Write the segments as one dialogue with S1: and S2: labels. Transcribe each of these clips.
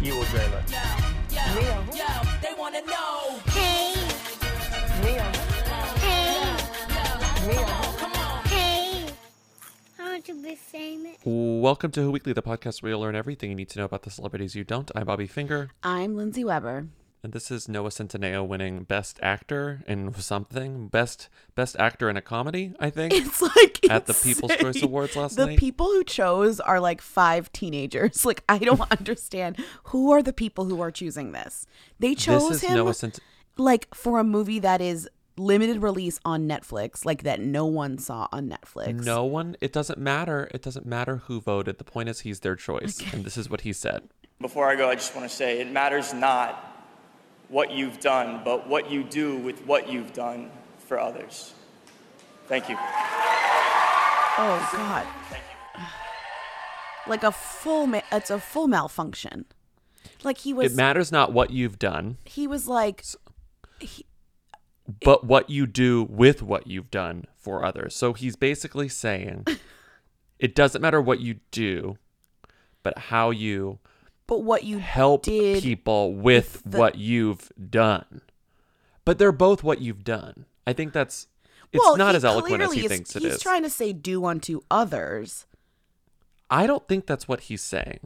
S1: You or J-Lo?
S2: Leo.
S3: They wanna know.
S4: Hey,
S2: Leo.
S4: hey,
S2: Leo.
S4: hey. I want to be famous.
S5: Welcome to Who Weekly, the podcast where you'll learn everything you need to know about the celebrities you don't. I'm Bobby Finger,
S6: I'm Lindsay Weber.
S5: and this is Noah Centineo winning Best Actor in something, Best Best Actor in a Comedy, I think.
S6: It's like
S5: At the People's
S6: insane.
S5: Choice Awards last
S6: the
S5: night?
S6: people who chose are like five teenagers. Like I don't understand who are the people who are choosing this. They chose
S5: this is
S6: him
S5: Noah Cent-
S6: like for a movie that is limited release on Netflix, like that no one saw on Netflix.
S5: No one. It doesn't matter. It doesn't matter who voted. The point is he's their choice, and this is what he said.
S7: Before I go, I just want to say it matters not what you've done, but what you do with what you've done for others. Thank you.
S6: Oh God. Like a full, ma- it's a full malfunction. Like he was,
S5: It matters not what you've done,
S6: he was like,
S5: but what you do with what you've done for others. So he's basically saying it doesn't matter what you do, but how you
S6: but what you
S5: help
S6: did
S5: people with
S6: the-
S5: what you've done. But they're both what you've done. I think that's it's not
S6: he
S5: as eloquent as he
S6: clearly is-
S5: thinks it
S6: he's
S5: is.
S6: trying to say do unto others.
S5: I don't think that's what he's saying.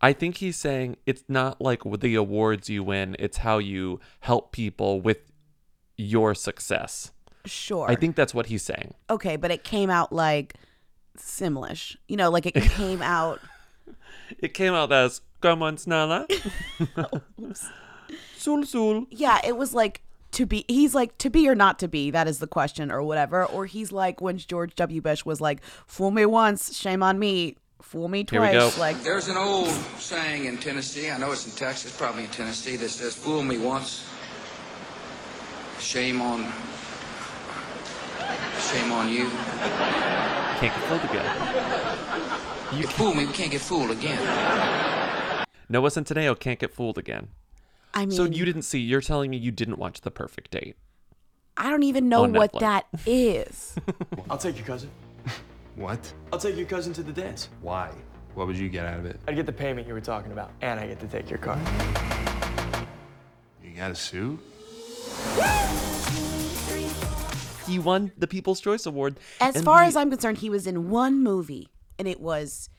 S5: I think he's saying it's not like with the awards you win, it's how you help people with your success.
S6: Sure.
S5: I think that's what he's saying.
S6: okay, but it came out like Simlish. You know, like it came out
S5: It came out as Come on, Snala. sul sul.
S6: yeah, it was like to be he's like to be or not to be, that is the question or whatever. Or he's like when George W. Bush was like, Fool me once, shame on me. Fool me
S5: Here we
S6: twice.
S5: go.
S6: Like
S8: There's an old saying in Tennessee, I know it's in Texas, probably in Tennessee, that says, Fool me once, shame on. Shame on you.
S5: Can't get fooled again.
S8: You fool me, we can't get fooled again.
S5: Noah Centineo can't get fooled again.
S6: I mean
S5: So you didn't see, you're telling me you didn't watch The Perfect Date.
S6: I don't even know
S5: on
S6: what
S5: Netflix.
S6: that is.
S9: I'll take your cousin.
S10: What?
S9: I'll take your cousin to the dance.
S10: Why? What would you get out of it?
S9: I'd get the payment you were talking about, and I get to take your car.
S10: You got a suit?
S5: He won the People's Choice Award.
S6: As
S5: and
S6: far
S5: he-
S6: as I'm concerned, he was in one movie, and it was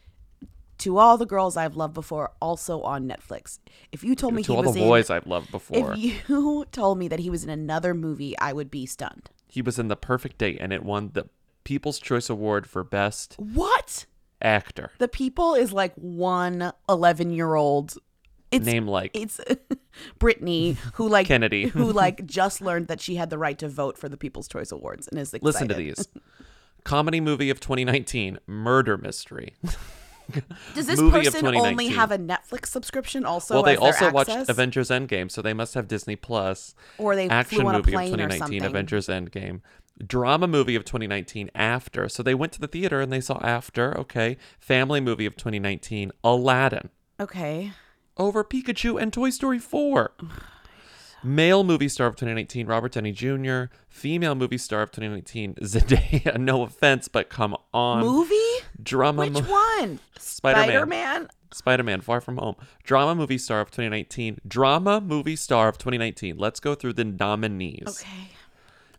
S6: "To All the Girls I've Loved Before," also on Netflix. If you told me
S5: to
S6: he
S5: all the
S6: was
S5: boys
S6: in,
S5: I've loved before,
S6: if you told me that he was in another movie, I would be stunned.
S5: he was in The Perfect Date and it won the People's Choice Award for Best
S6: What?
S5: Actor.
S6: The people is like one 11 year old. It's
S5: Name like
S6: it's Brittany who like
S5: Kennedy.
S6: who like just learned that she had the right to vote for the People's Choice Awards and is excited.
S5: Listen to these. Comedy movie of 2019, murder mystery.
S6: Does this
S5: Movie of
S6: person only
S5: 2019.
S6: have a Netflix subscription? Also,
S5: well, they
S6: as their
S5: also
S6: access?
S5: watched Avengers Endgame, so they must have Disney Plus.
S6: Or they flew
S5: action
S6: on a
S5: movie
S6: plane or
S5: of 2019,
S6: something.
S5: Avengers Endgame, drama movie of 2019, After. So they went to the theater and they saw After. Okay, family movie of 2019, Aladdin
S6: Okay.
S5: over Pikachu and Toy Story 4. Male movie star of 2019, Robert Downey Jr. Female movie star of 2019, Zendaya. No offense, but come on.
S6: Movie?
S5: Drama
S6: Which
S5: mo-
S6: one?
S5: Spider-Man. Spider-Man: Far From Home, drama movie star of 2019, drama movie star of 2019. Let's go through the nominees.
S6: Okay.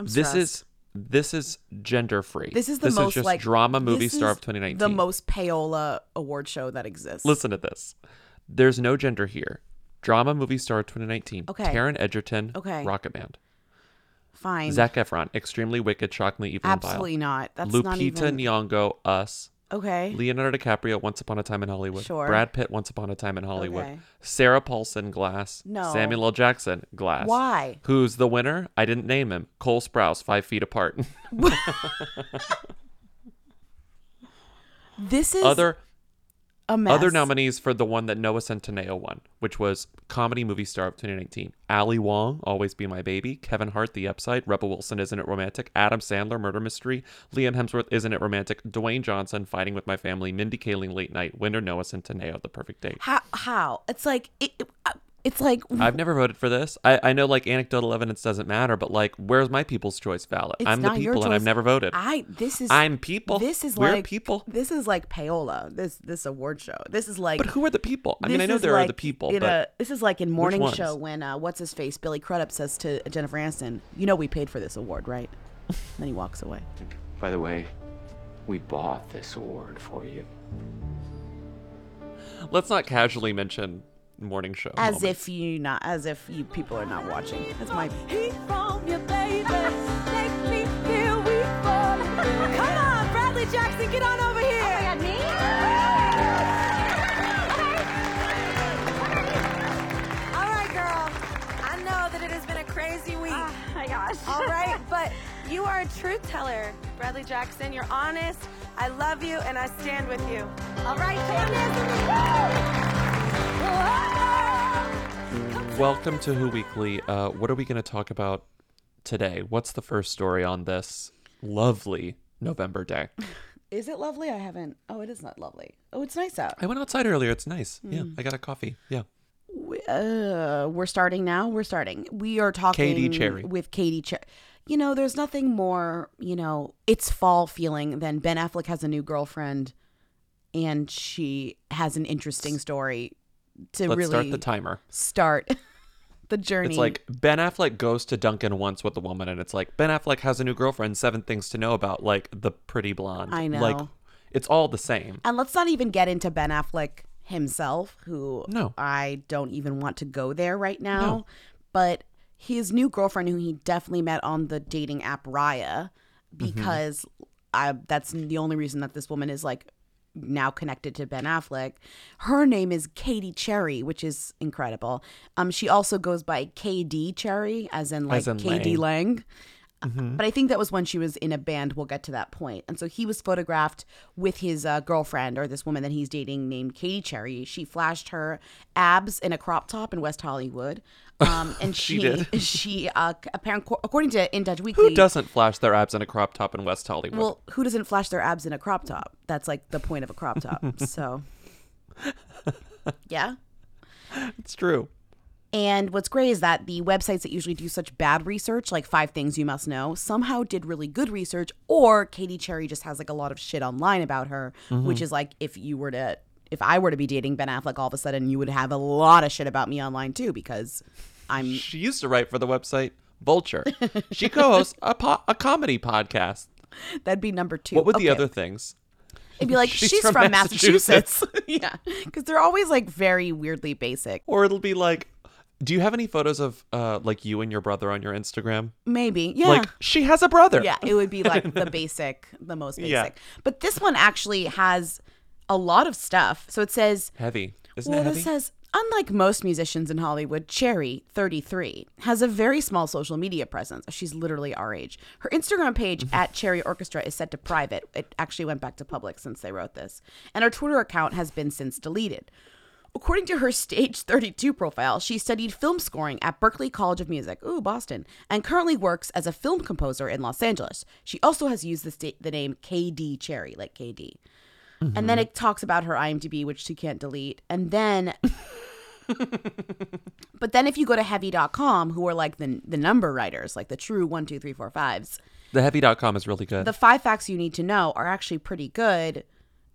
S6: I'm
S5: this
S6: stressed.
S5: is this is gender free.
S6: this is the most
S5: just
S6: like
S5: drama movie
S6: this
S5: star
S6: is
S5: of 2019.
S6: The most payola award show that exists.
S5: Listen to this. There's no gender here. Drama movie star of 2019.
S6: Okay.
S5: Taron Egerton.
S6: Okay.
S5: Rocket Band.
S6: Fine.
S5: Zac Efron. Extremely Wicked. Shockingly Evil. and Vile.
S6: Absolutely not. That's
S5: Lupita
S6: not even
S5: Nyong'o. Us.
S6: Okay.
S5: Leonardo DiCaprio, Once Upon a Time in Hollywood.
S6: Sure.
S5: Brad Pitt, Once Upon a Time in Hollywood.
S6: Okay.
S5: Sarah Paulson, Glass.
S6: No.
S5: Samuel L. Jackson, Glass.
S6: Why?
S5: Who's the winner? I didn't name him. Cole Sprouse, Five Feet Apart.
S6: This is
S5: Other
S6: a mess.
S5: other nominees for the one that Noah Centineo won, which was comedy movie star of 2019. Ali Wong, Always Be My Baby. Kevin Hart, The Upside. Rebel Wilson, Isn't It Romantic? Adam Sandler, Murder Mystery. Liam Hemsworth, Isn't It Romantic? Dwayne Johnson, Fighting with My Family. Mindy Kaling, Late Night. Winner Noah Centineo, The Perfect Date.
S6: How? How? It's like it, it- uh, It's like
S5: I've never voted for this. I, I know like anecdotal evidence doesn't matter, but like where's my people's choice ballot?
S6: it's
S5: I'm the
S6: not your
S5: people and I've
S6: choice.
S5: never voted.
S6: I this is
S5: I'm people.
S6: This is
S5: We're
S6: like
S5: people.
S6: This is like payola. This this award show. This is like
S5: but who are the people? I mean,
S6: this
S5: I know
S6: is
S5: there are
S6: like
S5: the people,
S6: in
S5: but
S6: a- this is like in morning
S5: ones?
S6: show when uh, what's his face Billy Crudup says to Jennifer Aniston, "You know we paid for this award, right?" then he walks away.
S1: By the way, we bought this award for you.
S5: let's not casually mention morning show.
S6: As
S5: moments.
S6: if you not, as if you people are not watching. That's my
S3: Heat from you, baby. Make me feel weak. boy. Come on, Bradley Jackson, get on over here. Oh my God, me? All right, girl. I know that it has been a crazy week.
S11: Oh my gosh.
S3: All right, but you are a truth teller, Bradley Jackson. You're honest. I love you, and I stand with you. All right, join us.
S5: Welcome to Who Weekly. Uh, what are we going to talk about today? What's the first story on this lovely November day?
S6: Is it lovely? I haven't. Oh, it is not lovely. Oh, it's nice out.
S5: I went outside earlier. It's nice. Yeah,
S6: Hmm.
S5: I got a coffee. Yeah.
S6: We, uh, we're starting now. We're starting. We are talking
S5: Cherry.
S6: with Katie Cherry. You know, there's nothing more. You know, it's fall feeling than Ben Affleck has a new girlfriend, and she has an interesting story to
S5: Let's
S6: really
S5: start the timer.
S6: start the journey.
S5: It's like Ben Affleck goes to Duncan once with a woman, and it's like Ben Affleck has a new girlfriend. Seven things to know about like the pretty blonde.
S6: I
S5: Like
S6: know.
S5: it's all the same.
S6: and let's not even get into Ben Affleck himself, who
S5: No.
S6: I don't even want to go there right now. But his new girlfriend, who he definitely met on the dating app Raya,
S5: Mm-hmm.
S6: because I, that's the only reason that this woman is like now connected to Ben Affleck. Her name is Katie Cherry, which is incredible. Um, she also goes by KD Cherry, as in like
S5: As in
S6: KD Lang. But I think that was when she was in a band. We'll get to that point. And so he was photographed with his uh, girlfriend or this woman that he's dating named Katie Cherry. She flashed her abs in a crop top in West Hollywood. Um, and she,
S5: did.
S6: she uh, apparently, according to In Touch Weekly,
S5: Who doesn't flash their abs in a crop top in West Hollywood?
S6: well, who doesn't flash their abs in a crop top? That's like the point of a crop top. so, yeah.
S5: it's true.
S6: And what's great is that the websites that usually do such bad research, like five things you must know, somehow did really good research, or Katie Cherry just has like a lot of shit online about her,
S5: Mm-hmm.
S6: which is like if you were to if I were to be dating Ben Affleck all of a sudden, you would have a lot of shit about me online too, because I'm
S5: She used to write for the website Vulture. She co-hosts a, po- a comedy podcast.
S6: that'd be number two.
S5: What would the
S6: Okay.
S5: other things?
S6: It'd be like
S5: She's
S6: she's,
S5: from
S6: from,
S5: Massachusetts."
S6: Massachusetts, yeah, because they're always like very weirdly basic.
S5: Or it'll be like, do you have any photos of uh, like you and your brother on your Instagram?
S6: Maybe, yeah.
S5: Like she has a brother.
S6: Yeah, it would be like the basic, the most basic.
S5: Yeah.
S6: But this one actually has a lot of stuff. So it says,
S5: Heavy. Isn't
S6: well,
S5: it heavy?
S6: this says, unlike most musicians in Hollywood, Cherry, 33, has a very small social media presence. She's literally our age. Her Instagram page
S5: Mm-hmm.
S6: at Cherry Orchestra is set to private. It actually went back to public since they wrote this. And her Twitter account has been since deleted. According to her Stage 32 profile, she studied film scoring at Berklee College of Music, ooh, Boston, and currently works as a film composer in Los Angeles. She also has used the, sta- the name KD Cherry, like KD. And then it talks about her IMDb, which she can't delete. And then. but then if you go to heavy.com, who are like the, the number writers, like the true one, two, three, four, fives,
S5: the heavy.com is really good.
S6: the five facts you need to know are actually pretty good.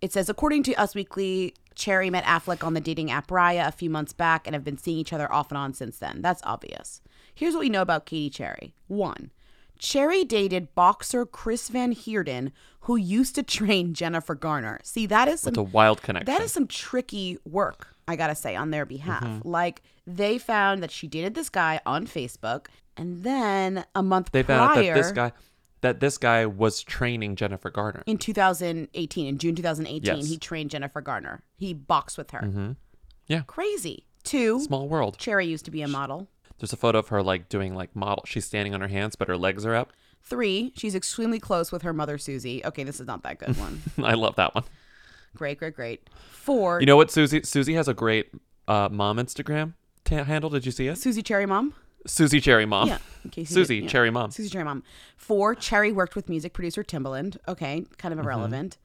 S6: It says, according to Us Weekly, Cherry met Affleck on the dating app Raya a few months back and have been seeing each other off and on since then. That's obvious. Here's what we know about Katie Cherry. One, Cherry dated boxer Chris Van Heerden, who used to train Jennifer Garner. See, that is some
S5: it's a wild connection.
S6: that is some tricky work, I gotta say, on their behalf.
S5: Mm-hmm.
S6: Like they found that she dated this guy on Facebook, and then a month
S5: they found
S6: prior,
S5: out that this guy that this guy was training Jennifer Garner.
S6: in 2018, in June 2018,
S5: Yes. Mm-hmm.
S6: he trained Jennifer Garner. He boxed with her.
S5: Yeah.
S6: crazy. Two.
S5: Small world.
S6: Cherry used to be a model.
S5: There's a photo of her like doing like model. She's standing on her hands, but her legs are up.
S6: Three. She's extremely close with her mother Susie. Okay, this is not that good one.
S5: I love that one.
S6: great, great, great. Four.
S5: You know what, Susie? Susie has a great uh, mom Instagram ta handle. Did you see it?
S6: Susie Cherry mom.
S5: Susie Cherry Mom.
S6: Yeah. In case you
S5: Oh, Susie
S6: didn't- yeah.
S5: Cherry Mom.
S6: Susie Cherry
S5: Mm-hmm.
S6: Mom. Four, Cherry worked with music producer Timbaland. Okay, kind of irrelevant.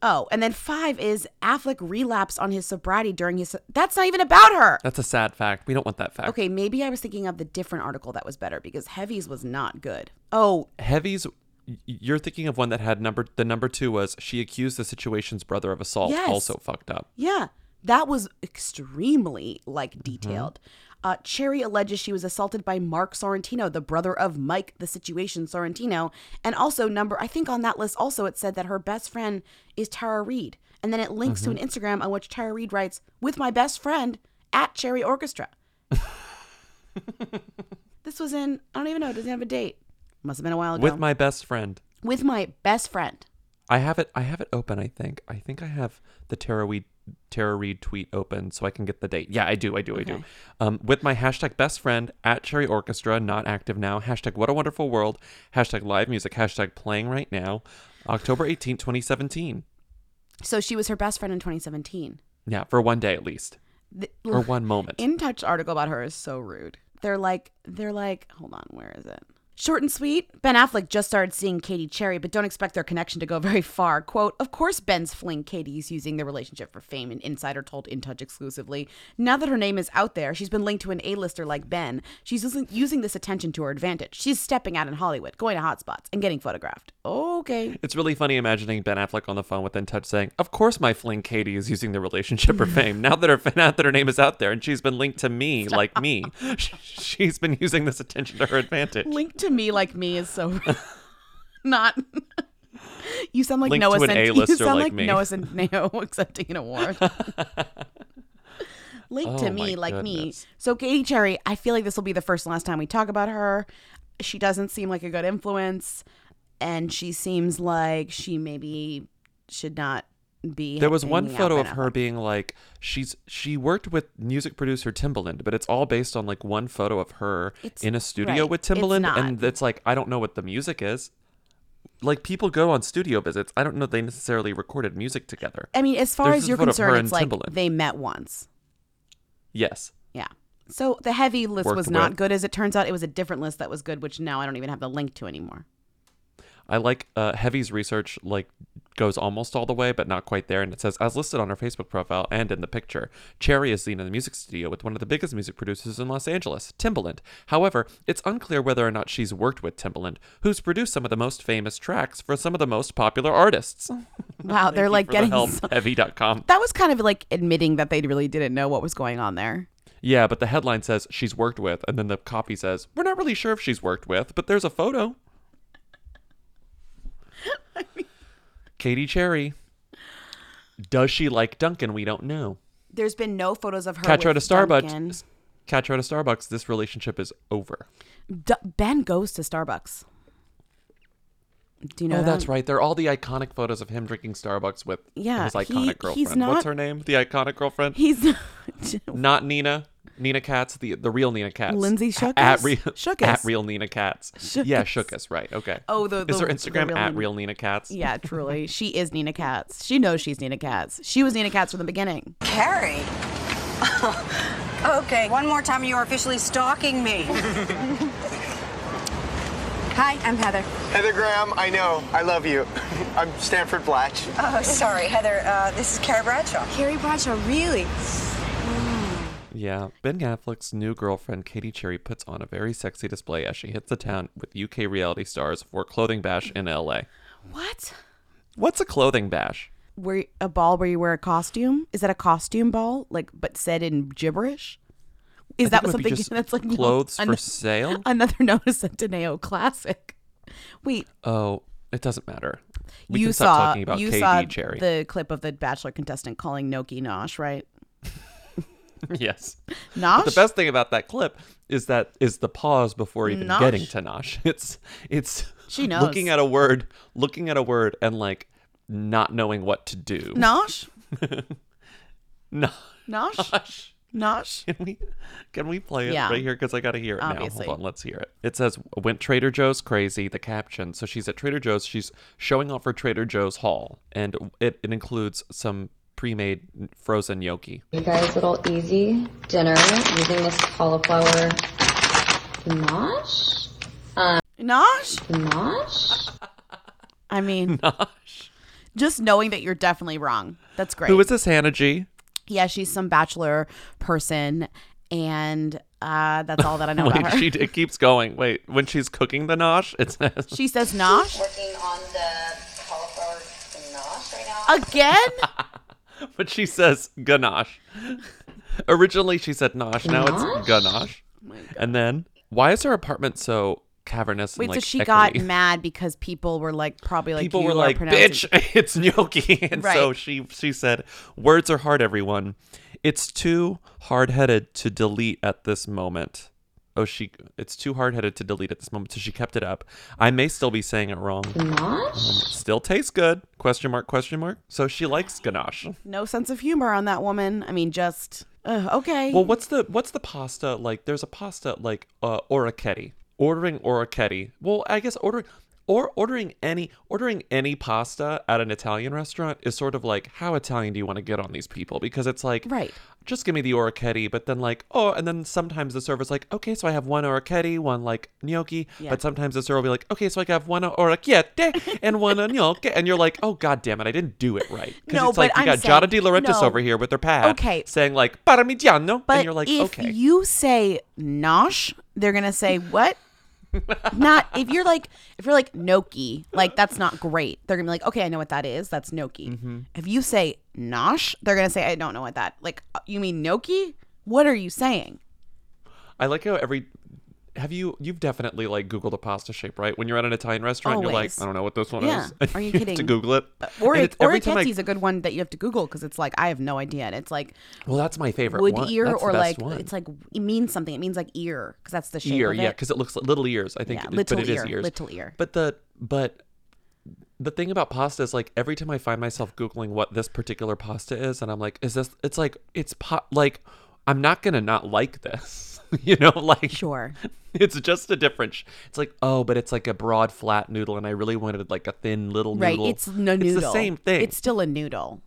S6: Oh, and then five is Affleck relapsed on his sobriety during his. That's not even about her.
S5: That's a sad fact. We don't want that fact.
S6: Okay, maybe I was thinking of the different article that was better because Heavies was not good. Oh,
S5: Heavies, y- you're thinking of one that had number. The number two was she accused the situation's brother of assault.
S6: Yes.
S5: Also fucked up.
S6: Yeah, that was extremely
S5: Mm-hmm.
S6: like detailed. Uh, Cherry alleges she was assaulted by Mark Sorrentino, the brother of Mike, the Situation Sorrentino, and also number. I think on that list also it said that her best friend is Tara Reid, and then it links to
S5: Mm-hmm.
S6: an Instagram on which Tara Reid writes, "With my best friend at Cherry Orchestra." this was in I don't even know. It doesn't have a date. Must have been a while ago.
S5: With my best friend.
S6: with my best friend.
S5: I have it. I have it open. I think. I think I have the Tara Reid, Tara Reid tweet open, so I can get the date. Yeah, I do. I do. I do. Um, with my hashtag best friend at Cherry Orchestra, not active now. Hashtag What a Wonderful World. Hashtag Live Music. Hashtag Playing Right Now. October 18, 2017.
S6: So she was her best friend in 2017.
S5: Yeah, for one day at least,
S6: The-
S5: or one moment.
S6: In Touch article about her is so rude. They're like, they're like, hold on, where is it? Short and sweet. Ben Affleck just started seeing Katie Cherry, but don't expect their connection to go very far. Quote, of course Ben's fling Katie is using their relationship for fame, an insider told In Touch exclusively. Now that her name is out there, she's been linked to an A-lister like Ben. She's using- using this attention to her advantage. She's stepping out in Hollywood, going to hotspots, and getting photographed. Okay.
S5: It's really funny imagining Ben Affleck on the phone with In Touch saying, "Of course, my fling Katie is using the relationship for fame. Now that her now that her name is out there, and she's been linked to me, like me, she's been using this attention to her advantage.
S6: Link to me like me is so not. you sound like
S5: Link
S6: Noah.
S5: to an
S6: Cent- you
S5: A-lister
S6: sound
S5: like
S6: like,
S5: me.
S6: Noah Centineo accepting an award. Link
S5: Oh
S6: to
S5: my
S6: me like me.
S5: goodness.
S6: So Katy Cherry, I feel like this will be the first and last time we talk about her. She doesn't seem like a good influence, and she seems like she maybe should not be.
S5: There was one
S6: hanging out
S5: photo
S6: with
S5: of her
S6: Affleck.
S5: being like she's she worked with music producer Timbaland, but it's all based on like one photo of her
S6: It's-
S5: in a studio
S6: right.
S5: with
S6: It's
S5: Timbaland,
S6: not.
S5: and it's like I don't know what the music is. Like people go on studio visits, I don't know if they necessarily recorded music together.
S6: I mean, as far
S5: There's
S6: as
S5: this
S6: you're
S5: photo of her
S6: concerned,
S5: and
S6: it's like
S5: Timbaland.
S6: they met once.
S5: Yes,
S6: Yeah. So the heavy list
S5: Worked
S6: was not
S5: with.
S6: good. As it turns out, it was a different list that was good, which now I don't even have the link to anymore.
S5: I like uh, Heavy's research like goes almost all the way, but not quite there. And it says, as listed on her Facebook profile and in the picture, Cherry is seen in the music studio with one of the biggest music producers in Los Angeles, Timbaland. However, it's unclear whether or not she's worked with Timbaland, who's produced some of the most famous tracks for some of the most popular artists.
S6: Wow, they're like
S5: For the
S6: getting
S5: help,
S6: so-
S5: heavy.com.
S6: that was kind of like admitting that they really didn't know what was going on there.
S5: Yeah, but the headline says she's worked with, and then the copy says, we're not really sure if she's worked with, but there's a photo. Katie Cherry. Does she like Duncan? We don't know.
S6: There's been no photos of her.
S5: Catch her at
S6: with
S5: a
S6: Duncan.
S5: Starbucks. Catch her at a Starbucks. This relationship is over.
S6: D- ben goes to Starbucks. Do you know?
S5: oh,
S6: that?
S5: that's right. They're all the iconic photos of him drinking Starbucks with
S6: Yeah,
S5: his
S6: he-
S5: iconic
S6: he's
S5: girlfriend.
S6: not-
S5: What's her name? The iconic girlfriend?
S6: He's
S5: not Nina. Nina Katz, the the real Nina Katz.
S6: Lindsay
S5: At- At,
S6: Shookus?
S5: re-
S6: Shookus.
S5: at real Nina Katz. Yeah,
S6: Shookus.
S5: Shookus, right. Okay.
S6: Oh, the-
S5: Is
S6: the-
S5: her
S6: the
S5: Instagram
S6: real
S5: at
S6: Nina-
S5: real Nina Katz?
S6: yeah, truly. She is Nina Katz. She knows she's Nina Katz. She was Nina Katz from the beginning.
S2: Carrie. okay, one more time, you are officially stalking me. Hi, I'm Heather.
S9: Heather Graham, I know. I love you. I'm Stanford Blatch.
S2: Oh, sorry, Heather. Uh, this is Carrie Bradshaw. Carrie Bradshaw, really?
S5: Yeah. Ben Affleck's new girlfriend, Katie Cherry, puts on a very sexy display as she hits the town with UK reality stars for a clothing bash in LA.
S6: What?
S5: What's a clothing bash?
S6: Where a ball where you wear a costume? Is that a costume ball? Like, but said in gibberish? Is
S5: I
S6: that
S5: think it would be
S6: something
S5: just
S6: that's like
S5: clothes
S6: an-
S5: for sale?
S6: Another Nona Centineo classic. Wait,
S5: Oh, it doesn't matter. We
S6: you
S5: can
S6: saw
S5: stop talking about
S6: you
S5: Katie
S6: saw
S5: Cherry.
S6: the clip of the Bachelor contestant calling Noki Nosh, right?
S5: yes.
S6: Nosh.
S5: But the best thing about that clip is that is the pause before even
S6: Nosh?
S5: getting to Nosh. It's it's
S6: She knows.
S5: looking at a word, looking at a word, and like not knowing what to do.
S6: Nosh.
S5: Nosh.
S6: Nosh. Nosh.
S5: Can we can we play it
S6: Yeah.
S5: right here? Because I gotta hear it
S6: Obviously.
S5: now. Hold on, let's hear it. It says went Trader Joe's crazy, the caption. So she's at Trader Joe's, she's showing off her Trader Joe's haul, and it, it includes some pre made frozen gnocchi.
S11: You guys, little easy dinner using this cauliflower ganache.
S6: Nosh.
S11: Ganache?
S6: I mean,
S5: Nosh.
S6: Just knowing that you're definitely wrong. That's great.
S5: Who is this Hannah G?
S6: Yeah, she's some bachelor person, and uh, that's all that I know
S5: Wait,
S6: about her.
S5: she it keeps going. Wait, when she's cooking the nosh, it says
S6: She says nosh
S12: Working on the cauliflower ganache right now.
S6: again.
S5: but she says ganache. Originally she said nosh, now it's ganache.
S6: Oh
S5: and then why is her apartment so cavernous?
S6: Wait,
S5: and,
S6: so
S5: like,
S6: she
S5: echoey?
S6: got mad because people were like, probably like,
S5: people
S6: you
S5: were
S6: are
S5: like,
S6: pronouncing-
S5: "Bitch, it's gnocchi," and so
S6: Right.
S5: she she said, "Words are hard, everyone. It's too hard headed to delete at this moment." Oh, she it's too hard headed to delete at this moment, so she kept it up. I may still be saying it wrong. Um,
S11: Ganache?
S5: still tastes good? Question mark? Question mark? So she likes ganache.
S6: No sense of humor on that woman. I mean, just uh, okay.
S5: Well, what's the what's the pasta like? There's a pasta like uh, orecchiette. Ordering orecchiette. Well, I guess ordering or ordering any ordering any pasta at an Italian restaurant is sort of like how Italian do you want to get on these people? Because it's like
S6: Right.
S5: Just give me the orecchiette, but then like oh, and then sometimes the server's like okay, so I have one orecchiette, one like gnocchi,
S6: Yeah.
S5: but sometimes the server will be like okay, so I have one orecchiette and one gnocchi, and you're like oh god damn it, I didn't do it right because
S6: No,
S5: it's like
S6: but
S5: you
S6: I'm
S5: got Giada De
S6: saying-
S5: Laurentiis
S6: no.
S5: over here with her pad,
S6: Okay.
S5: saying like parmigiano,
S6: But
S5: and you're like
S6: if
S5: okay.
S6: you say nosh, they're gonna say what? not if you're like if you're like gnocchi, like that's not great. They're gonna be like, okay, I know what that is. That's gnocchi.
S5: Mm-hmm.
S6: If you say nosh, they're gonna say, I don't know what that. Like, uh, you mean gnocchi? What are you saying?
S5: I like how every have you you've definitely like googled a pasta shape right when you're at an Italian restaurant you're like
S6: Always.
S5: I don't know what this one
S6: Yeah.
S5: is
S6: Are
S5: have
S6: you
S5: to
S6: kidding? Uh,
S5: Google it
S6: Or
S5: And
S6: it,
S5: it's-
S6: or
S5: every time I-
S6: is a good one that you have to Google because it's like I have no idea. And it's like
S5: well that's my favorite
S6: wood
S5: one.
S6: ear
S5: That's the
S6: or
S5: best
S6: like
S5: one.
S6: it's like it means something. It means like ear because that's the shape
S5: ear
S6: of
S5: yeah
S6: it.
S5: because it looks like little ears I think
S6: Yeah,
S5: it-
S6: little
S5: but it is
S6: ear,
S5: ears
S6: little ear.
S5: but the but the thing about pasta is like every time I find myself googling what this particular pasta is and I'm like is this it's like it's pot like I'm not gonna not like this you know like
S6: sure
S5: it's just a different sh- it's like oh but it's like a broad flat noodle and I really wanted like a thin little
S6: right.
S5: noodle
S6: It's no noodle.
S5: it's the same thing
S6: It's still a noodle.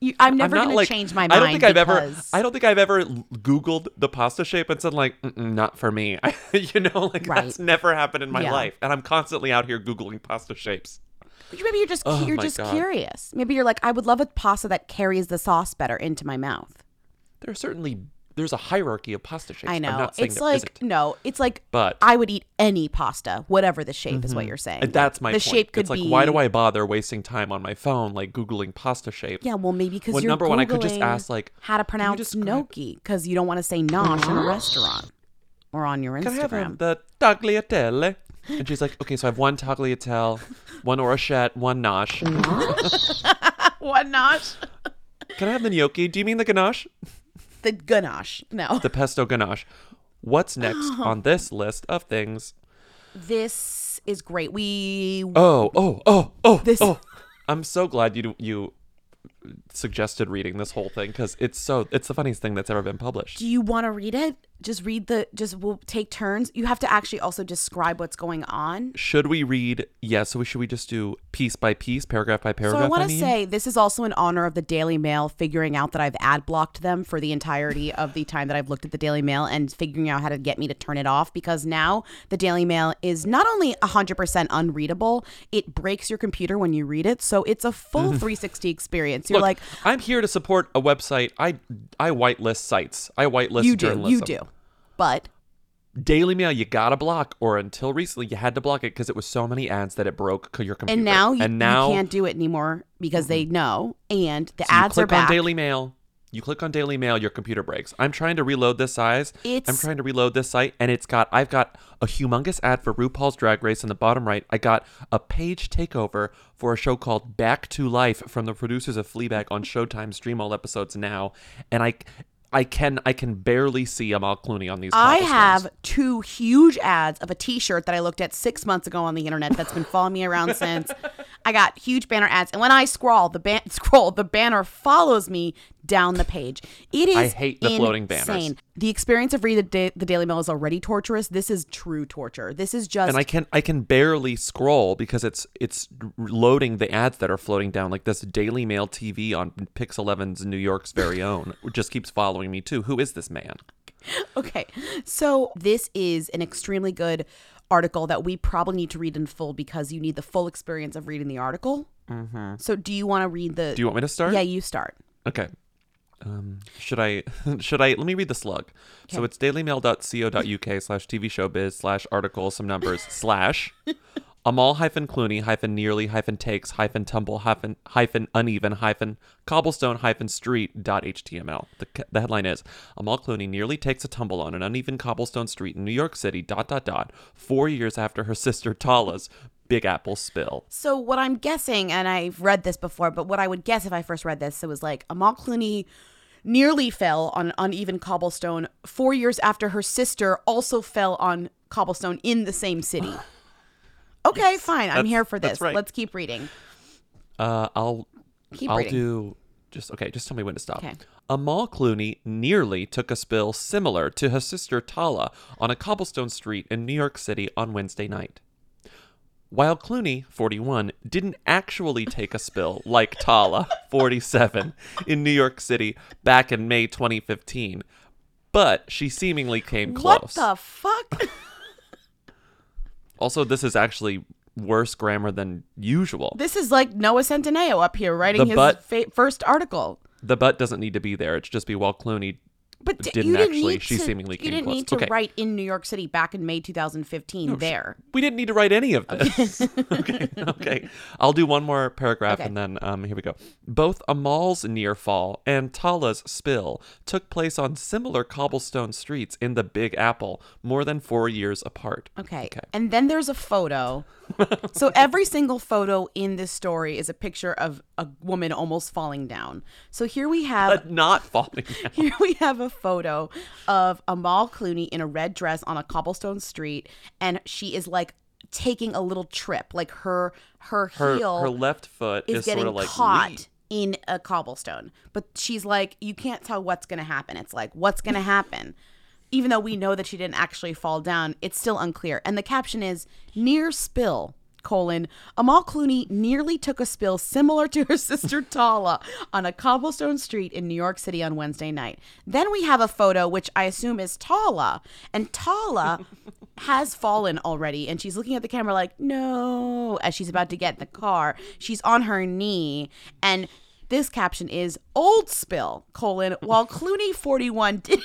S6: You, I'm never
S5: not,
S6: gonna
S5: like-
S6: change my mind.
S5: I don't think I've ever.
S6: because-
S5: I don't think I've ever Googled the pasta shape and said like, Mm-mm, not for me. you know, like
S6: Right.
S5: that's never happened in my
S6: Yeah.
S5: life, and I'm constantly out here googling pasta shapes.
S6: But you- Maybe you're just
S5: Oh
S6: you're
S5: my
S6: just
S5: God.
S6: curious. Maybe you're like, I would love a pasta that carries the sauce better into my mouth.
S5: There's certainly there's a hierarchy of pasta shapes.
S6: I
S5: I'm
S6: know.
S5: not saying
S6: It's
S5: there
S6: like
S5: isn't.
S6: no. It's like
S5: But- Mm-hmm.
S6: I would eat any pasta, whatever the shape is. What you're saying.
S5: And that's my
S6: the
S5: point.
S6: shape could
S5: it's like,
S6: be.
S5: why do I bother wasting time on my phone like googling pasta shapes?
S6: Yeah, well, maybe because
S5: When
S6: you're
S5: number
S6: Googling
S5: one, I could just ask like,
S6: how to pronounce gnocchi because you don't want to say nosh in a restaurant or on your
S5: Can I have um,
S6: Instagram.
S5: the tagliatelle? And she's like, okay, so I have one tagliatelle, one orchette, one nosh.
S6: One nosh.
S5: Can I have the gnocchi? Do you mean the ganache?
S6: The ganache. No.
S5: the pesto ganache. What's next on this list of things?
S6: this is great. We
S5: Oh, oh, oh, oh,
S6: This-
S5: oh! I'm so glad you you suggested reading this whole thing because it's so it's the funniest thing that's ever been published.
S6: do you want to read it? Just read the. Just we'll take turns. You have to actually also describe what's going on.
S5: Should we read? Yeah, so we, should we just do piece by piece, paragraph by
S6: So
S5: paragraph?
S6: I want to
S5: mean?
S6: say this is also in honor of the Daily Mail figuring out that I've ad blocked them for the entirety of the time that I've looked at the Daily Mail and figuring out how to get me to turn it off because now the Daily Mail is not only 100% unreadable, it breaks your computer when you read it. So it's a full 360 experience.
S5: Mm.
S6: You're
S5: Look,
S6: like,
S5: I'm here to support a website. I I whitelist sites. I whitelist
S6: you do,
S5: journalism.
S6: you do. But
S5: Daily Mail, you gotta block, or until recently, you had to block it because it was so many ads that it broke c- your computer.
S6: and now, you,
S5: and
S6: you
S5: now Mm-hmm.
S6: can't do it anymore because they know and the
S5: So you
S6: ads
S5: click
S6: are back.
S5: on Daily Mail. You click on Daily Mail, your computer breaks. I'm trying to reload this size. I'm
S6: It's-
S5: trying to reload this site, and it's got I've got a humongous ad for RuPaul's Drag Race in the bottom right. I got a page takeover for a show called Back to Life from the producers of Fleabag on Showtime. Stream all episodes now, and I, I can I can barely see Amal Clooney on these.
S6: I
S5: cobblestones.
S6: have two huge ads of a T-shirt that I looked at six months ago on the internet that's been following me around since. I got huge banner ads, and when I scroll, the ban- scroll the banner follows me down the page. It is
S5: I hate the floating banners.
S6: insane. The experience of reading the, da- the Daily Mail is already torturous. This is true torture. This is just
S5: and I can I can barely scroll because it's it's loading the ads that are floating down like this Daily Mail TV on Pix11's New York's very own just keeps following me too. Who is this man?
S6: Okay. So this is an extremely good article that we probably need to read in full because you need the full experience of reading the article.
S5: Mm-hmm.
S6: So do you want to read the?
S5: Do you want me to start?
S6: Yeah, you start.
S5: Okay. Um, should I? Should I? Let me read the slug. So
S6: Okay.
S5: it's dailymail.co.uk slash TV showbiz slash articles some numbers slash Amal hyphen Clooney hyphen nearly hyphen takes hyphen tumble hyphen hyphen uneven hyphen cobblestone hyphen street dot html. The, ca- the headline is Amal Clooney nearly takes a tumble on an uneven cobblestone street in New York City dot dot dot four years after her sister Tala's Big Apple spill.
S6: So what I'm guessing, and I've read this before, but what I would guess if I first read this, it was like Amal Clooney nearly fell on an uneven cobblestone four years after her sister also fell on cobblestone in the same city. Okay, fine. I'm
S5: that's-
S6: here for
S5: that's
S6: this.
S5: right.
S6: Let's keep reading.
S5: Uh, I'll
S6: Keep
S5: I'll
S6: reading.
S5: do just okay. Just tell me when to stop.
S6: Okay.
S5: Amal Clooney nearly took a spill similar to her sister Tala on a cobblestone street in New York City on Wednesday night. While Clooney, 41, didn't actually take a spill like Tala, 47, in New York City back in May 2015, but she seemingly came close.
S6: What the fuck?
S5: also, this is actually worse grammar than usual.
S6: this is like Noah Centineo up here writing
S5: The
S6: his
S5: butt-
S6: fa- first article.
S5: The but doesn't need to be there. It should just be while Clooney
S6: But d-
S5: didn't
S6: you didn't
S5: actually.
S6: need
S5: she
S6: to,
S5: seemingly
S6: you
S5: came
S6: didn't
S5: close.
S6: need to
S5: okay. Oh,
S6: write in New York City back in May 2015. there.
S5: We didn't need to write any of this. okay. Okay. I'll do one more paragraph and then um, here we go. Both Amal's near fall and Tala's spill took place on similar cobblestone streets in the Big Apple, more than four years apart.
S6: Okay. And then there's a photo. so every single photo in this story is a picture of a woman almost falling down. So here we have
S5: But not falling down.
S6: here we have a photo of Amal Clooney in a red dress on a cobblestone street and she is like taking a little trip like her her,
S5: Her,
S6: heel
S5: her left foot
S6: is,
S5: is,
S6: getting
S5: sort of like
S6: caught
S5: leap.
S6: in a cobblestone. But she's like, you can't tell what's going to happen. It's like, what's going to happen? Even though we know that she didn't actually fall down, it's still unclear. And the caption is near spill. Colon, Amal Clooney nearly took a spill similar to her sister Tala on a cobblestone street in New York City on Wednesday night. Then we have a photo, which I assume is Tala. And Tala has fallen already and she's looking at the camera like no as she's about to get in the car she's on her knee and this caption is old spill colon while clooney 41 didn't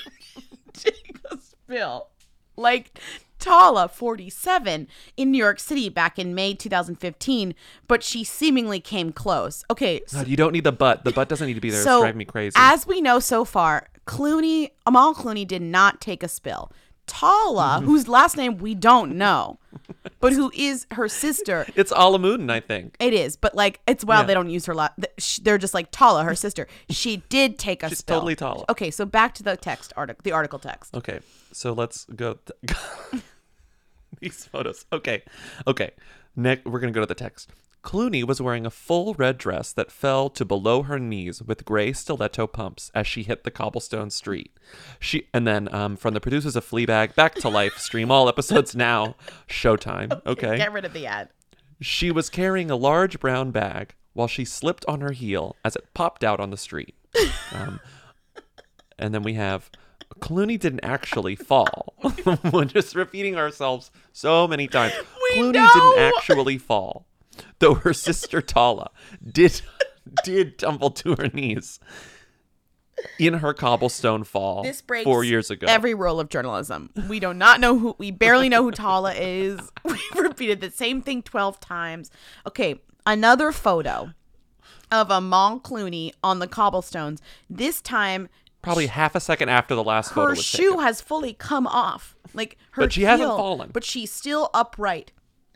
S6: take a spill like tala 47 in new york city back in may 2015 but she seemingly came close okay
S5: God, you don't need the butt. The butt doesn't need to be there. it's driving me crazy.
S6: As we know so far, Clooney, Amal Clooney did not take a spill. Tala, whose last name we don't know, but who is her sister.
S5: it's Alamuddin, I think.
S6: It is, but like it's wild
S5: Yeah.
S6: they don't use her lot. They're just like Tala, her sister. She did take a
S5: She's
S6: spill.
S5: totally Tala.
S6: Okay, so back to the text article, the article text.
S5: Okay, so let's go. Th- These photos. Okay, okay. Next, we're gonna go to the text. Clooney was wearing a full red dress that fell to below her knees with gray stiletto pumps as she hit the cobblestone street. She and then um, from the producers of Fleabag, Back to Life, stream all episodes now, Showtime. Okay.
S6: Get rid of the ad.
S5: She was carrying a large brown bag while she slipped on her heel as it popped out on the street. Um, and then we have Clooney didn't actually fall. We're just repeating ourselves so many times. Clooney didn't
S6: know!
S5: actually fall, though her sister Tala did did tumble to her knees in her cobblestone fall
S6: This breaks
S5: four years ago.
S6: Every rule of journalism. We do not know who. We barely know who Tala is. We've repeated the same thing twelve times. Okay, another photo of Amal Clooney on the cobblestones. This time,
S5: Probably half a second after the last photo
S6: her
S5: was
S6: shoe
S5: taken.
S6: has fully come off. Like her,
S5: But she hasn't
S6: heel-
S5: fallen.
S6: But she's still upright,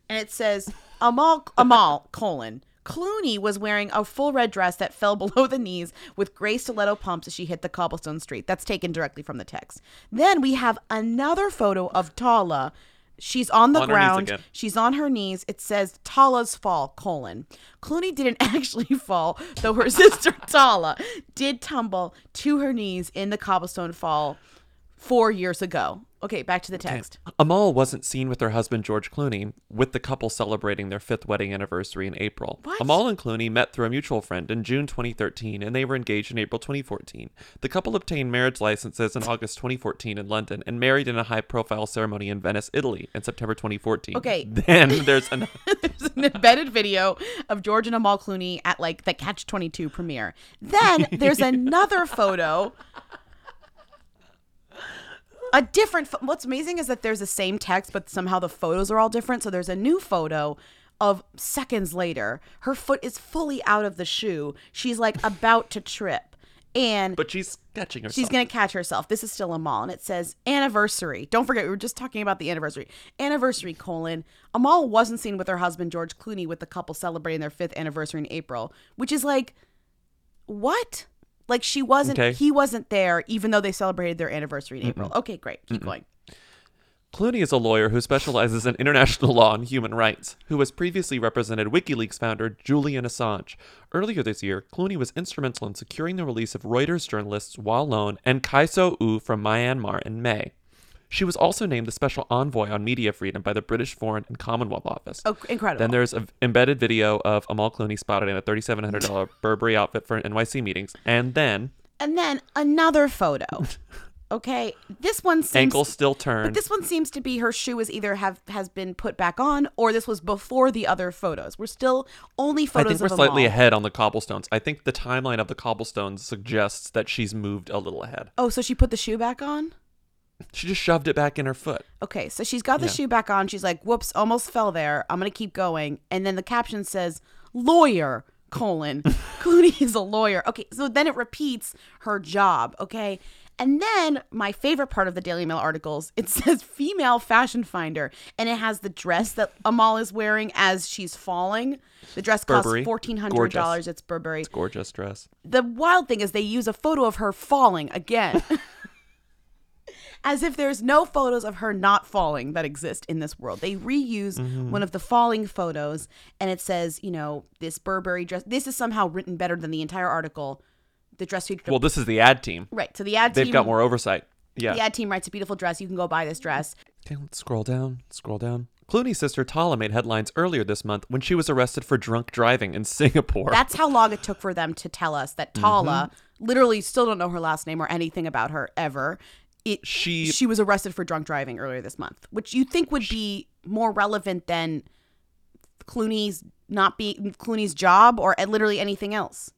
S6: and it says Amal Amal colon. Clooney was wearing a full red dress that fell below the knees with gray stiletto pumps as she hit the cobblestone street. That's taken directly from the text. Then we have another photo of Tala. She's on the
S5: On her knees
S6: ground.
S5: again.
S6: She's on her knees. It says Tala's fall, colon. Clooney didn't actually fall, though her sister Tala did tumble to her knees in the cobblestone fall four years ago. Okay, back to the text.
S5: Amal wasn't seen with her husband George Clooney, with the couple celebrating their fifth wedding anniversary in April.
S6: What?
S5: Amal and Clooney met through a mutual friend in June 2013, and they were engaged in April 2014. The couple obtained marriage licenses in August 2014 in London and married in a high-profile ceremony in Venice, Italy, in September 2014.
S6: Okay.
S5: Then there's an
S6: There's an embedded video of George and Amal Clooney at like the Catch 22 premiere. Then there's another photo. A different. Pho- What's amazing is that there's the same text, but somehow the photos are all different. So there's a new photo of seconds later. Her foot is fully out of the shoe. She's like about to trip. And
S5: but she's catching herself.
S6: She's going to catch herself. This is still Amal. And it says anniversary. Don't forget, we were just talking about the anniversary. Anniversary, colon. Amal wasn't seen with her husband, George Clooney, with the couple celebrating their fifth anniversary in April, which is like, what? Like she wasn't,
S5: Okay.
S6: he wasn't there, even though they celebrated their anniversary in April.
S5: Mm-mm.
S6: Okay, great. Keep
S5: Mm-mm.
S6: going.
S5: Clooney is a lawyer who specializes in international law and human rights, who has previously represented WikiLeaks founder Julian Assange. Earlier this year, Clooney was instrumental in securing the release of Reuters journalists Wah Lone and Kaiso U from Myanmar in May. She was also named the special envoy on media freedom by the British Foreign and Commonwealth Office.
S6: Oh, incredible.
S5: Then there's an embedded video of Amal Clooney spotted in a $3,700 Burberry outfit for NYC meetings. And then,
S6: And then another photo. Okay, this one seems
S5: ankle still turned.
S6: But this one seems to be her shoe is either have has been put back on or this was before the other photos. We're still only
S5: I
S6: photos.
S5: think we're
S6: of
S5: slightly
S6: Amal.
S5: ahead on the cobblestones. I think the timeline of the cobblestones suggests that she's moved a little ahead.
S6: Oh, so she put the shoe back on?
S5: She just shoved it back in her foot.
S6: Okay, so she's got the
S5: Yeah.
S6: shoe back on. She's like, "Whoops, almost fell there. I'm gonna keep going." And then the caption says, "Lawyer." colon Clooney is a lawyer. Okay, so then it repeats her job. Okay, and then my favorite part of the Daily Mail articles it says female fashion finder, and it has the dress that Amal is wearing as she's falling. The dress
S5: Burberry.
S6: costs fourteen hundred dollars.
S5: Gorgeous.
S6: It's Burberry.
S5: It's gorgeous dress.
S6: The wild thing is they use a photo of her falling again. As if there's no photos of her not falling that exist in this world. They reuse
S5: Mm-hmm.
S13: Mhm.
S6: one of the falling photos and it says, you know, this Burberry dress. This is somehow written better than the entire article. The dress featured.
S5: Well, this is the ad team.
S6: Right. So the ad
S5: They've
S6: team.
S5: got more oversight. Yeah.
S6: The ad team writes a beautiful dress. You can go buy this dress.
S5: Okay, let's scroll down. Scroll down. Clooney's sister Tala made headlines earlier this month when she was arrested for drunk driving in Singapore.
S6: That's how long it took for them to tell us that
S5: Mm-hmm.
S6: Tala literally still don't know her last name or anything about her ever. It,
S5: she
S6: she was arrested for drunk driving earlier this month, which you think would be more relevant than Clooney's not being Clooney's job or uh, literally anything else.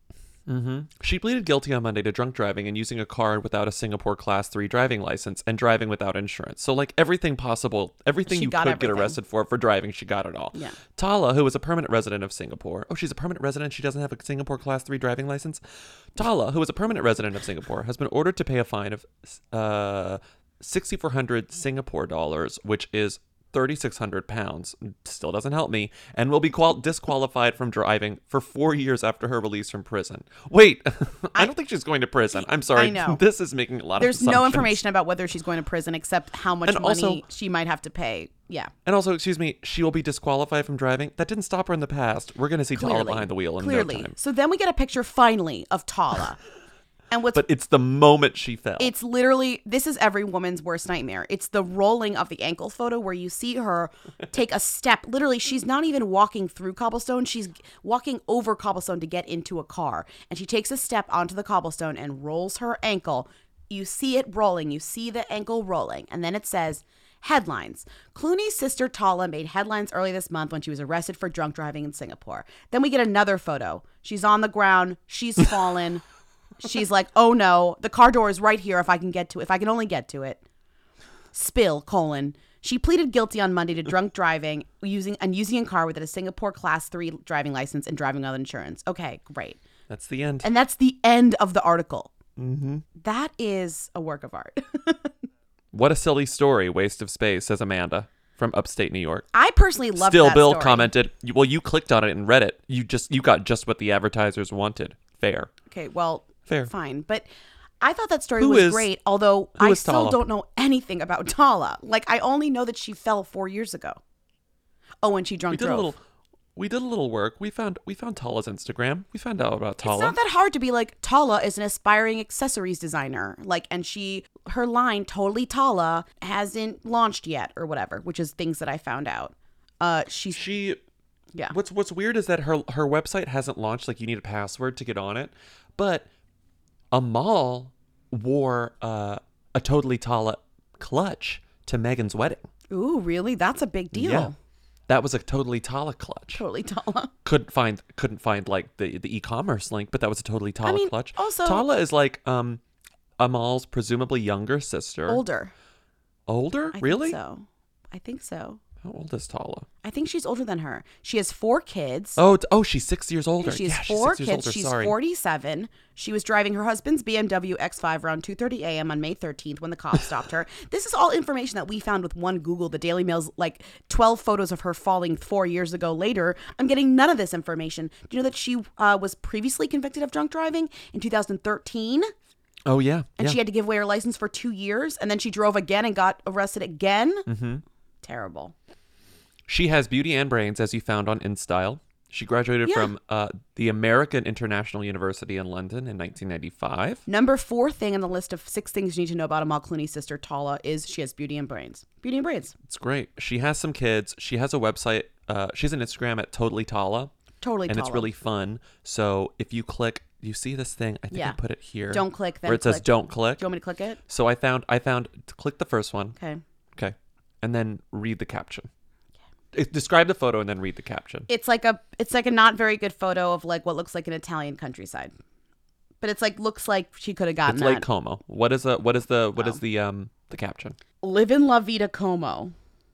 S5: Mm-hmm. She pleaded guilty on Monday to drunk driving and using a car without a Singapore Class 3 driving license and driving without insurance. So, like everything possible, everything
S6: She
S5: you could
S6: got
S5: get
S6: everything.
S5: arrested for for driving, she got it all.
S6: Yeah.
S5: Tala, who is a permanent resident of Singapore, oh, she's a permanent resident. She doesn't have a Singapore Class 3 driving license. Tala, who is a permanent resident of Singapore, has been ordered to pay a fine of uh, 6,400 Singapore dollars, which is 3,600 pounds, still doesn't help me, and will be qual- disqualified from driving for four years after her release from prison. Wait, I, don't think she's going to prison. I'm sorry.
S6: I know.
S5: This is making a lot of
S6: There's no
S5: assumptions.
S6: information about whether she's going to prison except how much
S5: And
S6: money
S5: also-
S6: she might have to pay. Yeah.
S5: And also, excuse me, she will be disqualified from driving. That didn't stop her in the past. We're going to see Tala
S6: Clearly.
S5: behind the wheel in
S6: Clearly.
S5: no time.
S6: So then we get a picture finally of Tala. and what's
S5: But it's the moment she fell.
S6: It's literally this is every woman's worst nightmare. It's the rolling of the ankle photo where you see her take a step. Literally, she's not even walking through cobblestone. She's walking over cobblestone to get into a car, and she takes a step onto the cobblestone and rolls her ankle. You see it rolling. You see the ankle rolling, and then it says. Headlines. Clooney's sister Tala made headlines early this month when she was arrested for drunk driving in Singapore. Then we get another photo. She's on the ground. She's fallen. She's like, oh no, the car door is right here if I can get to it, if I can only get to it. Spill, colon. She pleaded guilty on Monday to drunk driving using and using a car without a Singapore class three driving license and driving without insurance. Okay, great.
S5: That's the end.
S6: And that's the end of the article.
S5: mm-hmm.
S6: That is a work of art.
S5: What a silly story, waste of space, says Amanda from upstate New York.
S6: I personally love
S5: Still,
S6: that
S5: Bill
S6: story.
S5: commented. you- Well, you clicked on it and read it. You just you got just what the advertisers wanted. Fair.
S6: Okay, well,
S5: Fair.
S6: fine, but I thought that story
S5: Who
S6: was
S5: is-
S6: great. Although
S5: who
S6: I
S5: is
S6: still
S5: Tala?
S6: don't know anything about Tala. Like I only know that she fell four years ago. Oh, and she drunk
S5: we did
S6: drove.
S5: a little. We did a little work. We found we found Tala's Instagram. We found out about Tala.
S6: It's not that hard to be like Tala is an aspiring accessories designer, like, and she her line totally Tala hasn't launched yet or whatever, which is things that I found out. Uh, she's
S5: she
S6: yeah.
S5: What's what's weird is that her her website hasn't launched. Like you need a password to get on it, but Amal wore uh, a totally Tala clutch to Megan's wedding.
S6: Ooh, really? That's a big deal.
S5: that was a totally Tala clutch.
S6: Totally Tala.
S5: couldn't find couldn't find like the the e-commerce link, but that was a totally Tala
S6: mean,
S5: clutch.
S6: also-
S5: Tala is like um Amal's presumably younger sister.
S6: Older.
S5: Older?
S6: I
S5: really?
S6: Think so I think so.
S5: How old is Tala?
S6: I think she's older than her. She has four kids.
S5: Oh, t- oh, she's six years older.
S6: Yeah, She has
S5: Yeah,
S6: four
S5: six years
S6: kids.
S5: older,
S6: She's
S5: sorry.
S6: 47. She was driving her husband's BMW X5 around 2:30 a.m. on May 13th when the cops stopped her. This is all information that we found with one Google, the Daily Mail's like 12 photos of her falling 4 years ago later. I'm getting none of this information. Do you know that she uh, was previously convicted of drunk driving in 2013?
S5: Oh yeah. yeah.
S6: And she had to give away her license for two years, and then she drove again and got arrested again.
S5: hmm
S6: Terrible.
S5: She has beauty and brains, as you found on InStyle. She graduated
S6: Yeah.
S5: from uh, the American International University in London in 1995.
S6: Number four thing on the list of six things you need to know about Amal Clooney's sister Tala is she has beauty and brains. Beauty and brains.
S5: It's great. She has some kids. She has a website. Uh, she's an Instagram at Totally Tala.
S6: Totally
S5: And it's
S6: Tala.
S5: really fun. So if you click, you see this thing. I think I
S6: Yeah.
S5: put it here.
S6: Don't click, then
S5: Where it says
S6: click.
S5: don't click.
S6: Do you want me to click it?
S5: So I found. I found. Click the first one.
S6: Okay.
S5: Okay. And then read the caption. It- Describe the photo and then read the caption.
S6: It's like a it's like a not very good photo of like what looks like an Italian countryside. But it's like looks like she could have gotten
S5: It's
S6: that.
S5: like Como. What is the what is the what is the um the caption?
S6: Live in La Vida Como.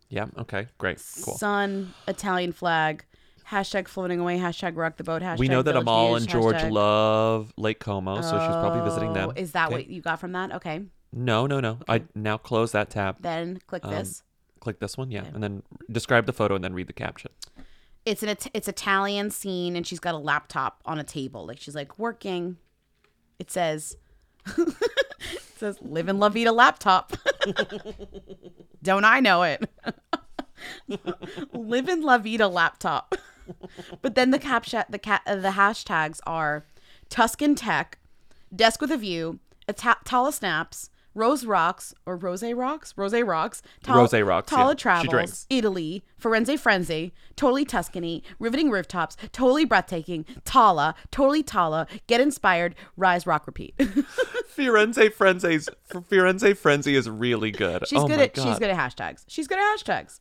S5: Yeah. Okay. Great. Cool.
S6: Sun, Italian flag, hashtag floating away, hashtag rock the boat, hashtag.
S5: we know that
S6: Village
S5: Amal
S6: Views,
S5: and George
S6: hashtag-
S5: love Lake Como, so she's probably visiting them.
S6: Oh, Is that
S5: Okay.
S6: what you got from that? Okay.
S5: No, no, no. I now close that tab.
S6: Then click
S5: Um,
S6: this.
S5: Click this one, yeah, and then describe the photo and then read the caption.
S6: It's an It- it's Italian scene, and she's got a laptop on a table. Like she's like working. It says, it says "Live in La Vida" laptop. Don't I know it? Live in La Vida laptop. but then the captcha the cat uh, the hashtags are Tuscan Tech, Desk with a View, Ita- Tala Snaps, Rose Rocks or Rose Rocks, Rose Rocks,
S5: Rose Rocks, yeah.
S6: Tala
S5: She drinks.
S6: Travels, Italy, Forense Frenzy, Totally Tuscany, Riveting Rooftops, Totally Breathtaking, Tala, Totally Tala, Get Inspired, Rise Rock Repeat.
S5: Firenze Frenzy's Firenze Frenzy is really good.
S6: she's
S5: oh
S6: good
S5: my
S6: at
S5: God.
S6: she's good at hashtags. She's good at hashtags.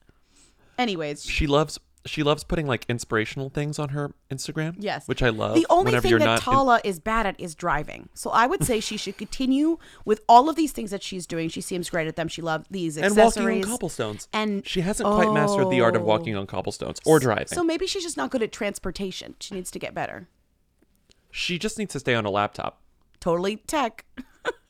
S6: Anyways,
S5: She loves she loves putting like inspirational things on her Instagram.
S6: Yes.
S5: which I love.
S6: The only
S5: whenever
S6: thing
S5: you're
S6: that
S5: not in-
S6: Tala is bad at is driving. So I would say she should continue with all of these things that she's doing. She seems great at them. She loves these
S5: and
S6: accessories.
S5: walking on cobblestones.
S6: And
S5: she hasn't quite mastered the art of
S6: Oh.
S5: walking on cobblestones or driving.
S6: So maybe she's just not good at transportation. She needs to get better.
S5: she just needs to stay on a laptop.
S6: Totally tech.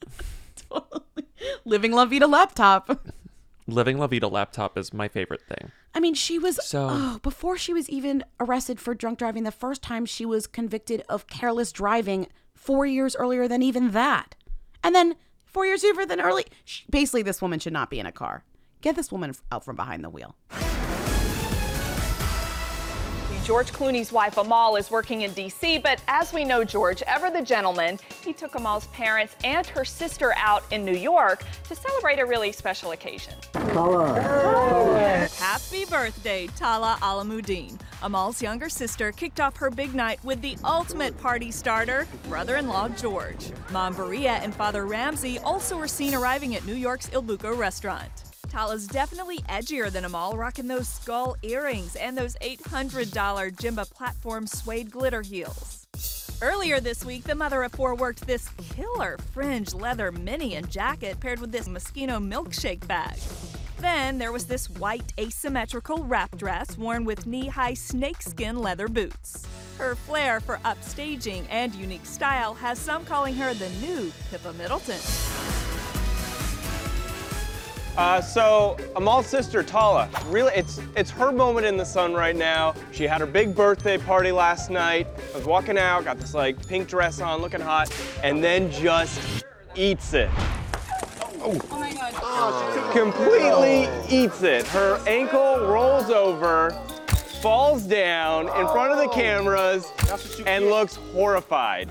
S6: totally. Living La Vida laptop.
S5: Living La Vida laptop is my favorite thing.
S6: I mean, she was
S5: So-
S6: oh, before she was even arrested for drunk driving the first time, she was convicted of careless driving four years earlier than even that, and then four years earlier than early. Sh basically, this woman should not be in a car. Get this woman f- out from behind the wheel.
S13: George Clooney's wife Amal is working in D.C., but as we know, George, ever the gentleman, he took Amal's parents and her sister out in New York to celebrate a really special occasion.
S14: Happy birthday, Tala Alamuddin. Amal's younger sister kicked off her big night with the ultimate party starter, brother in law George. Mom Berea and Father Ramsey also were seen arriving at New York's Il Buco restaurant. Tala's definitely edgier than Amal, rocking those skull earrings and those $800 Jimba platform suede glitter heels. Earlier this week, the mother of four worked this killer fringe leather mini and jacket paired with this Moschino milkshake bag. Then there was this white asymmetrical wrap dress worn with knee high snakeskin leather boots. Her flair for upstaging and unique style has some calling her the new Pippa Middleton.
S15: Uh, so Amal's sister Tala, really, it's it's her moment in the sun right now. She had her big birthday party last night. I was walking out, got this like pink dress on, looking hot, and then just eats it.
S2: Oh my god.
S15: Completely eats it. Her ankle rolls over. falls down in front of the cameras and looks horrified.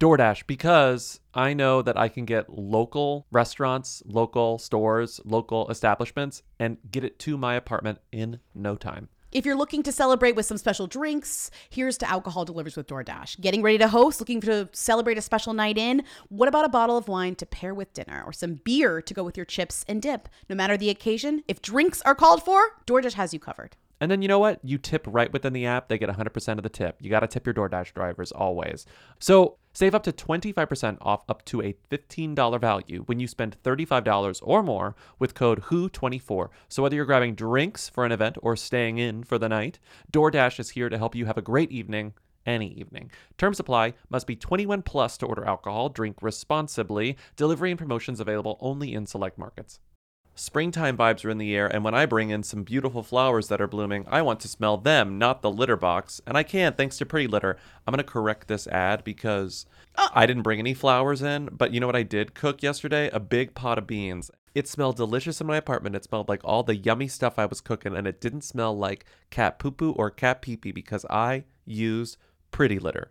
S5: DoorDash because I know that I can get local restaurants, local stores, local establishments, and get it to my apartment in no time.
S6: If you're looking to celebrate with some special drinks, here's to alcohol delivers with DoorDash. Getting ready to host, looking to celebrate a special night in, what about a bottle of wine to pair with dinner or some beer to go with your chips and dip? No matter the occasion, if drinks are called for, DoorDash has you covered.
S5: And then you know what? You tip right within the app, they get 100% of the tip. You got to tip your DoorDash drivers always. So save up to 25% off up to a $15 value when you spend $35 or more with code WHO24. So whether you're grabbing drinks for an event or staying in for the night, DoorDash is here to help you have a great evening any evening. Terms apply. Must be 21 plus to order alcohol. Drink responsibly. Delivery and promotions available only in select markets. Springtime vibes are in the air, and when I bring in some beautiful flowers that are blooming, I want to smell them, not the litter box. And I can, thanks to Pretty Litter. I'm going to correct this ad because uh, I didn't bring any flowers in, but you know what I did cook yesterday? A big pot of beans. It smelled delicious in my apartment. It smelled like all the yummy stuff I was cooking, and it didn't smell like cat poo poo or cat pee pee because I used Pretty Litter.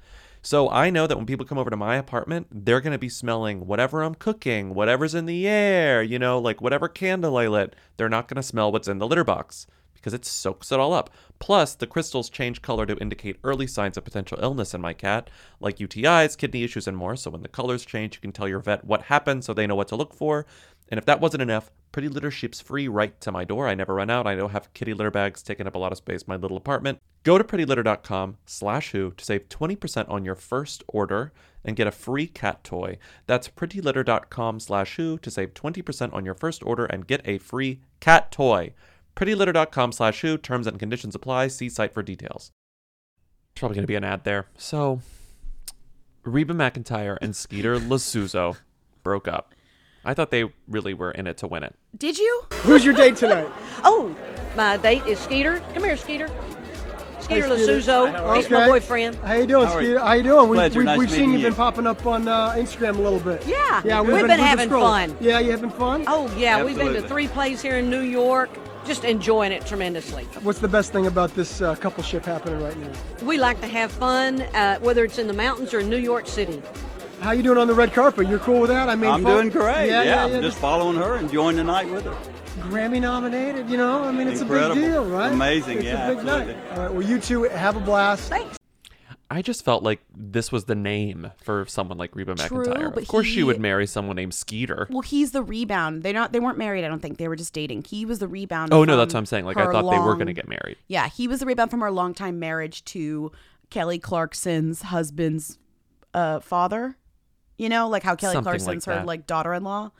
S5: So I know that when people come over to my apartment, they're going to be smelling whatever I'm cooking, whatever's in the air, you know, like whatever candle I lit. They're not going to smell what's in the litter box because it soaks it all up. Plus, the crystals change color to indicate early signs of potential illness in my cat, like UTIs, kidney issues, and more. So, when the colors change, you can tell your vet what happened so they know what to look for. And if that wasn't enough, Pretty Litter ships free right to my door. I never run out. I don't have kitty litter bags taking up a lot of space in my little apartment. Go to prettylitter.com slash who to save 20% on your first order and get a free cat toy. That's prettylitter.com slash who to save 20% on your first order and get a free cat toy. Prettylitter.com slash who. Terms and conditions apply. See site for details. There's probably going to be an ad there. So, Reba McIntyre and Skeeter Lasuzo broke up. I thought they really were in it to win it.
S6: Did you?
S16: Who's your date tonight?
S17: Oh, my date is Skeeter. Come here, Skeeter. Skeeter
S16: Hey, Skeeter.
S17: Lasuzo. He's my
S16: Okay.
S17: boyfriend.
S16: How you doing,
S17: How are you?
S16: Skeeter? How you doing?
S17: Pleasure,
S16: we've
S17: nice
S16: we've seen
S17: meeting
S16: you've been
S17: you.
S16: popping up on uh, Instagram a little bit.
S17: Yeah,
S16: yeah,
S17: we've been having
S16: scrolling.
S17: fun.
S16: Yeah, you having fun?
S17: Oh, yeah, we've been to three plays here in New York. Just enjoying it tremendously.
S16: What's the best thing about this uh, coupleship happening right now?
S17: We like to have fun, uh, whether it's in the mountains or in New York City.
S16: How you doing on the red carpet? You're cool with that? I mean,
S18: I'm
S16: fun-
S18: doing great.
S16: Yeah,
S18: Yeah,
S16: yeah, yeah.
S18: I'm just following her, enjoying the night with her.
S16: Grammy nominated. You know, I mean, it's a
S18: Incredible.
S16: big deal, right?
S18: Amazing,
S16: It's
S18: yeah,
S16: a big
S18: absolutely.
S16: night. All right. Well, you two have a blast. Thanks.
S5: I just felt like this was the name for someone like Reba
S6: True,
S5: McIntyre.
S6: but
S5: Of course,
S6: he-
S5: she would marry someone named Skeeter.
S6: Well, he's the rebound. They're not. They weren't married. I don't think they were just dating. He was the rebound.
S5: Oh, no,
S6: from
S5: that's what I'm saying. Like, I
S6: her
S5: thought they were
S6: long-
S5: gonna get married.
S6: Yeah, he was the rebound from her longtime marriage to Kelly Clarkson's husband's uh, father. You know, like how Kelly
S5: Something like
S6: Clarkson's her
S5: that.
S6: like daughter-in-law.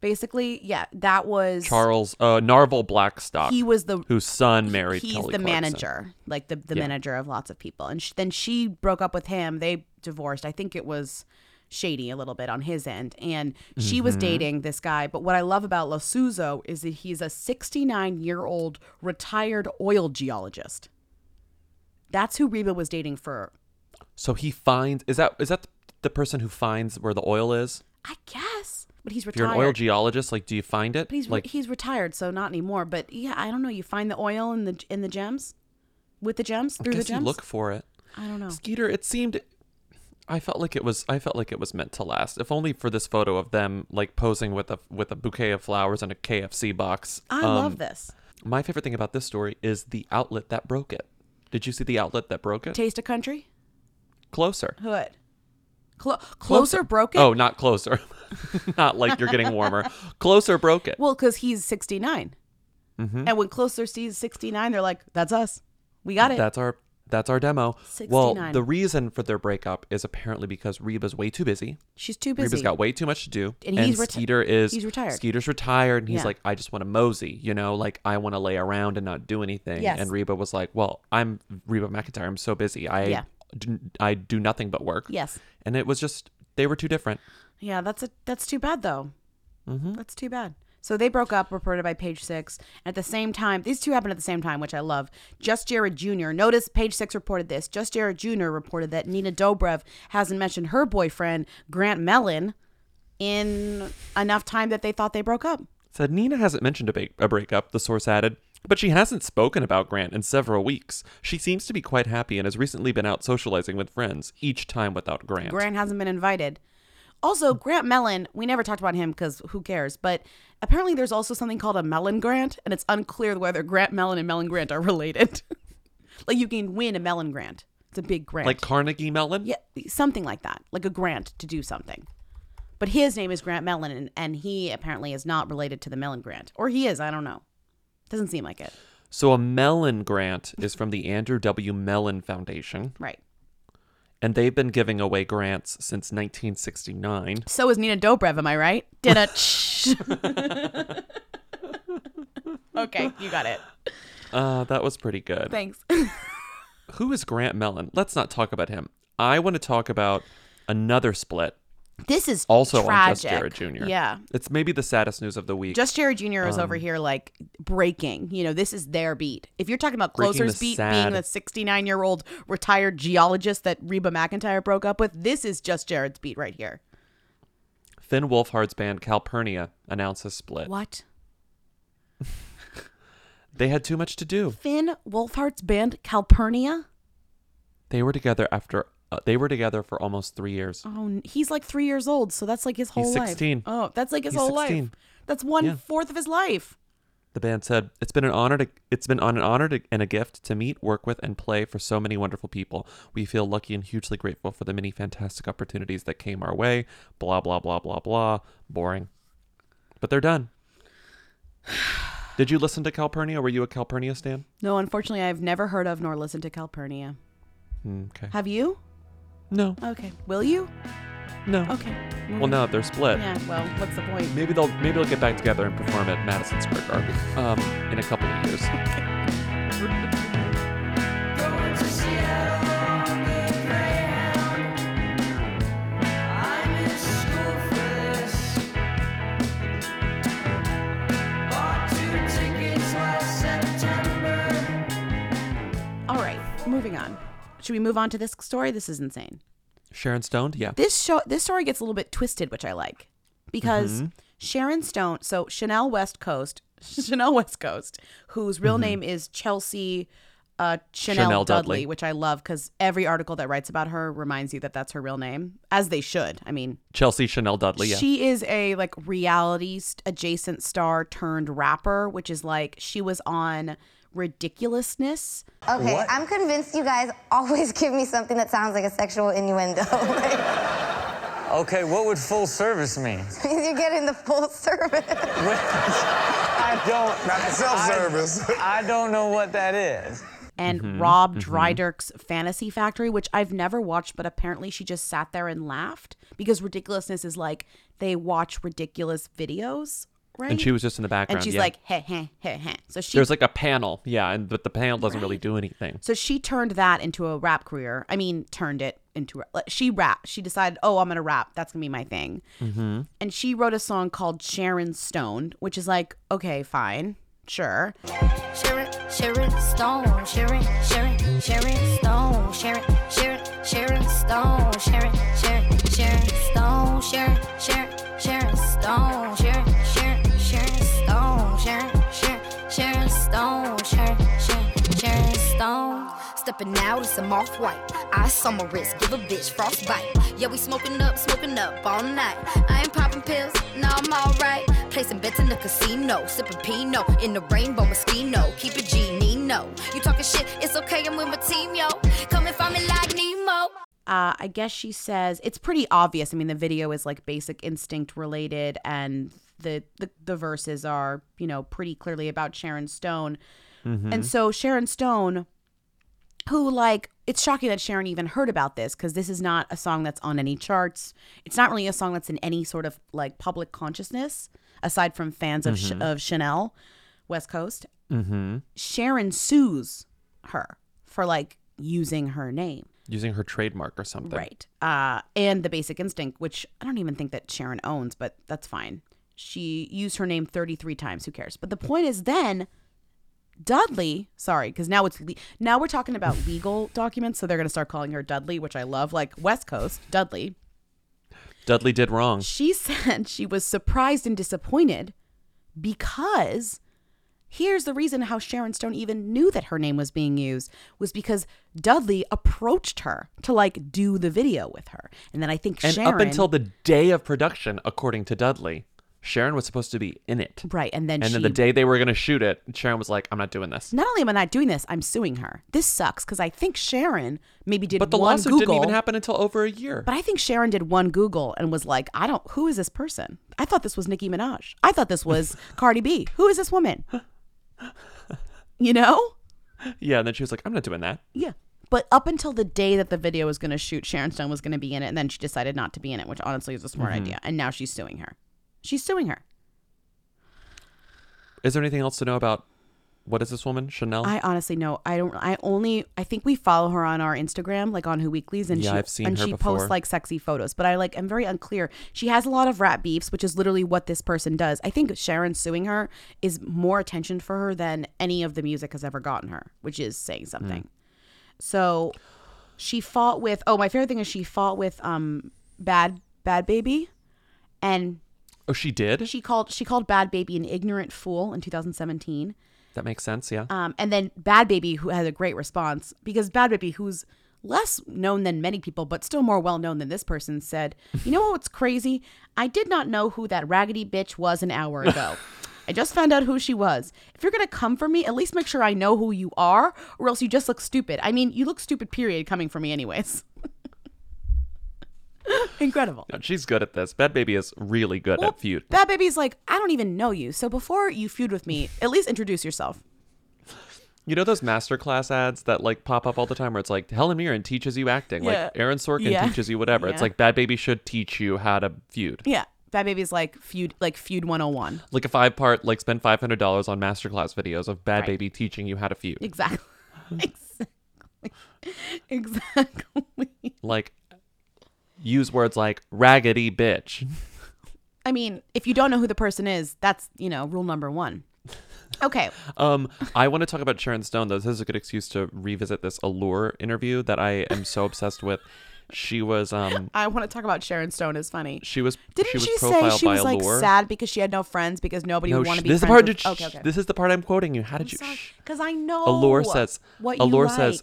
S6: Basically, yeah, that was
S5: Charles uh, Narvel Blackstock.
S6: He was the-
S5: whose son married.
S6: he's
S5: Kelly
S6: the
S5: Clarkson.
S6: manager like the, the
S5: Yeah.
S6: manager of lots of people and sh- then she broke up with him they divorced i think it was shady a little bit on his end and she was
S5: Mm-hmm.
S19: Mhm.
S6: dating this guy but what i love about lasuzo is that he's a 69 year old retired oil geologist that's who reba was dating for
S5: So he finds is that is that the person who finds where the oil is?
S6: i guess but he's
S5: If
S6: retired
S5: you're an oil geologist, like, do you find it?
S6: but he's re-
S5: like,
S6: he's retired so not anymore but yeah i don't know you find the oil in the in the gems with the gems
S5: I
S6: through the
S5: guess you
S6: gems Oh.
S5: look for it.
S6: i don't know
S5: Skeeter, it seemed I felt like it was I felt like it was meant to last. If only for this photo of them like posing with a with a bouquet of flowers and a KFC box. Um,
S6: I love this.
S5: My favorite thing about this story is the outlet that broke it. Did you see the outlet that broke it?
S6: taste of country
S5: closer.
S6: Hood. Clo- closer broke it?
S5: Oh, not closer. Not like you're getting warmer. Closer broke it.
S6: Well, because he's 69.
S5: Mhm.
S6: And when Closer sees 69, they're like, that's us. We got it.
S5: That's our that's our demo. Well,
S6: 69.
S5: the reason for their breakup is apparently because Reba's way too busy.
S6: She's too
S5: Reba's
S6: busy.
S5: got way too much to do,
S6: And he's reti-
S5: Skeeter is
S6: he's retired.
S5: Skeeter's retired, and he's
S6: Yeah.
S5: like, I just want to mosey, you know, like I want to lay around and not do anything.
S6: Yes.
S5: And Reba was like, Well, I'm Reba McIntyre. I'm so busy. I
S6: Yeah.
S5: do, I do nothing but work.
S6: Yes.
S5: And it was just they were too different.
S6: Yeah, that's a that's too bad though.
S5: Mhm.
S6: That's too bad. So they broke up, reported by Page Six. At the same time, these two happened at the same time, which I love. Just Jared Jr. Notice Page Six reported this. Just Jared Jr. reported that Nina Dobrev hasn't mentioned her boyfriend Grant Mellon in enough time that they thought they broke up.
S5: Said Nina hasn't mentioned a, ba- a breakup, the source added, but she hasn't spoken about Grant in several weeks. She seems to be quite happy and has recently been out socializing with friends, each time without Grant.
S6: Grant hasn't been invited. Also, Grant Mellon, we never talked about him because who cares? But apparently, there's also something called a Mellon Grant, and it's unclear whether Grant Mellon and Mellon Grant are related. like, you can win a Mellon Grant. It's a big grant.
S5: Like Carnegie Mellon?
S6: yeah, something like that, like a grant to do something. But his name is Grant Mellon, and, and he apparently is not related to the Mellon Grant. Or he is, I don't know. Doesn't seem like it.
S5: So a Mellon Grant is from the Andrew W. Mellon Foundation,
S6: Right.
S5: and they've been giving away grants since 1969.
S6: So is Nina Dobrev, am I right? Did a Okay, you got it.
S5: Uh, that was pretty good.
S6: Thanks.
S5: Who is Grant Mellon? Let's not talk about him. I want to talk about another split.
S6: This is
S5: also on Just
S6: tragic.
S5: Jared Jr.
S6: Yeah.
S5: it's maybe the saddest news of the week.
S6: Just Jared Jr. is
S5: Um,
S6: over here like breaking. You know, this is their beat. If you're talking about
S5: Breaking
S6: Closer's
S5: the
S6: beat being
S5: sad-
S6: the 69 year old retired geologist that Reba McIntyre broke up with, this is just Jared's beat right here.
S5: Finn Wolfhard's band Calpurnia announces split.
S6: What?
S5: They had too much to do.
S6: Finn Wolfhard's band Calpurnia?
S5: They were together after uh, they were together for almost three years.
S6: Oh, n- he's like three years old, so that's like his whole life.
S5: 16.
S6: Oh, that's like his
S5: He's
S6: whole
S5: 16.
S6: life. That's one fourth
S5: Yeah.
S6: of his life.
S5: The band said, "It's been an honor to it's been an honor to, and a gift to meet, work with, and play for so many wonderful people. We feel lucky and hugely grateful for the many fantastic opportunities that came our way." Blah blah blah blah blah. Boring, but they're done. Did you listen to Calpurnia? Were you a Calpurnia stan?
S6: No, unfortunately, I've never heard of nor listened to Calpurnia.
S5: Mm, Okay.
S6: Have you?
S5: No.
S6: Okay. Will you?
S5: No.
S6: Okay.
S5: Well, now that they're split,
S6: Yeah, well, what's the point?
S5: maybe they'll maybe they'll get back together and perform at Madison Square Garden um, in a couple of years.
S6: All right, moving on. Should we move on to this story? This is insane.
S5: Sharon Stoned, yeah.
S6: This show, this story gets a little bit twisted, which I like, because
S5: Mhm.
S6: Sharon Stone. So Chanel West Coast, Chanel West Coast, whose real name is Chelsea uh, Chanel,
S5: Mm-hmm. Chanel
S6: Dudley,
S5: Dudley.
S6: which I love because every article that writes about her reminds you that that's her real name, as they should. I mean,
S5: Chelsea Chanel Dudley, yeah.
S6: She is a like reality st- adjacent star turned rapper, which is like she was on Ridiculousness.
S12: Okay, I'm convinced you guys always give me something that sounds like a sexual innuendo.
S19: Okay, what would full service mean?
S12: You're getting the full service.
S19: I don't.
S12: Not the self-service.
S19: I, I don't know what that is.
S6: and
S5: Mm-hmm.
S19: Mhm,
S6: Rob
S19: mhm.
S6: Drydirk's Fantasy Factory, which I've never watched, but apparently she just sat there and laughed because ridiculousness is like they watch ridiculous videos, right?
S5: And she was just in the background.
S6: and she's
S5: yeah.
S6: like, hey, hey, hey, hey. So she
S5: there's like a panel, yeah, and but the panel doesn't really do anything.
S6: so she turned that into a rap career. I mean, turned it into a, like, she rap. She decided, oh, I'm gonna rap. That's gonna be my thing.
S5: Mm-hmm.
S6: And she wrote a song called Sharon Stone, which is like, okay, fine, sure.
S20: Sharon, Sharon Stone, Sharon, Sharon, Sharon Stone, Sharon, Sharon, Sharon Stone, Sharon, Sharon, Sharon Stone, Sharon, Sharon, Sharon Stone, Sharon, Sharon, Sharon Stone, Sharon, Sharon, Sharon Stone, Sharon, Sharon, Sharon Stone.
S21: Stepping out in some off white. I saw my wrist, give a bitch frostbite. Yeah, we smoking up, smoking up all night. I ain't popping pills, nah, I'm alright. Placing bets in the casino, sipping Pino in the rainbow mosquito. Keep it G, Nino. You talking shit, it's okay, I'm with my team, yo. Come and find me like Nemo.
S6: Uh, I guess she says it's pretty obvious. I mean, the video is like basic instinct related, and the the, the verses are you know pretty clearly about Sharon Stone.
S4: Mhm.
S6: And so Sharon Stone, who like it's shocking that Sharon even heard about this because this is not a song that's on any charts. It's not really a song that's in any sort of like public consciousness aside from fans of Ch-
S4: Mhm.
S6: of Chanel, West Coast.
S5: Mm-hmm.
S6: Sharon sues her for like using her name.
S5: Using her trademark or something.
S6: Right. Uh, and the basic instinct, which I don't even think that Sharon owns, but that's fine. She used her name 33 times. Who cares? But the point is then Dudley, sorry, because now it's le- now we're talking about legal documents, so they're gonna start calling her Dudley, which I love. Like West Coast Dudley.
S5: Dudley did wrong.
S6: She said she was surprised and disappointed because here's the reason how Sharon Stone even knew that her name was being used was because Dudley approached her to like do the video with her. And then I think
S5: and
S6: Sharon
S5: up until the day of production, according to Dudley, Sharon was supposed to be in it.
S6: Right, and then
S5: and then
S6: she-
S5: the day they were going to shoot it, Sharon was like, "I'm not doing this."
S6: not only am I not doing this, I'm suing her. This sucks because I think Sharon maybe did
S5: But the
S6: one
S5: lawsuit
S6: Google,
S5: didn't even happen until over a year.
S6: But I think Sharon did one Google and was like, I don't, who is this person? I thought this was Nicki Minaj. I thought this was Cardi B. Who is this woman? You know?
S5: Yeah, and then she was like, "I'm not doing that."
S6: Yeah. But up until the day that the video was going to shoot, Sharon Stone was going to be in it, and then she decided not to be in it, which honestly is a smart
S5: Mhm.
S6: idea. And now she's suing her. She's suing her.
S5: Is there anything else to know about what is this woman, Chanel?
S6: I honestly know. I don't. I only. I think we follow her on our Instagram, like on Who Weeklies, and
S5: Yeah,
S6: she
S5: I've seen
S6: and
S5: her
S6: she
S5: before.
S6: posts like sexy photos. But I like. I'm very unclear. She has a lot of rat beefs, which is literally what this person does. I think Sharon suing her is more attention for her than any of the music has ever gotten her, which is saying
S5: Hmm.
S6: something. So she fought with. Oh, my favorite thing is she fought with um bad bad baby, and
S5: oh, she did.
S6: she called she called bad baby an ignorant fool in 2017.
S5: that makes sense. Yeah.
S6: Um, and then Bad Baby, who has a great response, because Bad Baby, who's less known than many people, but still more well known than this person, said, You know what's crazy? I did not know who that raggedy bitch was an hour ago. I just found out who she was. If you're going to come for me, at least make sure I know who you are, or else you just look stupid. I mean, you look stupid, period, coming for me, anyways. Incredible.
S5: No, she's good at this. Bad Baby is really good at feud.
S6: Bad Baby's like, I don't even know you. So before you feud with me, at least introduce yourself.
S5: You know those masterclass ads that like pop up all the time where it's like Helen Mirren teaches you acting,
S6: Yeah.
S5: like Aaron Sorkin
S6: Yeah.
S5: teaches you whatever. It's
S6: Yeah.
S5: like Bad Baby should teach you how to feud.
S6: Yeah. Bad Baby's like feud like feud 101.
S5: Like a five part, like spend five hundred dollars on masterclass videos of Bad
S6: Right.
S5: Baby teaching you how to feud.
S6: Exactly. exactly. Exactly.
S5: Like use words like raggedy bitch.
S6: I mean, if you don't know who the person is, that's, you know, rule number one. Okay.
S5: Um, I want to talk about Sharon Stone though. This is a good excuse to revisit this Allure interview that I am so obsessed with. She was um
S6: I want to talk about Sharon Stone is funny.
S5: she was
S6: Didn't she,
S5: was
S6: say
S5: profiled
S6: she
S5: by
S6: was like
S5: Allure.
S6: sad because she had no friends because nobody
S5: No,
S6: would want
S5: sh-
S6: to be
S5: this is the
S6: friends
S5: part.
S6: with-
S5: that sh-
S6: okay, okay.
S5: This is the part I'm quoting you. How did you? shh.
S6: Because I know
S5: Allure says.
S6: what you
S5: Allure
S6: like.
S5: says.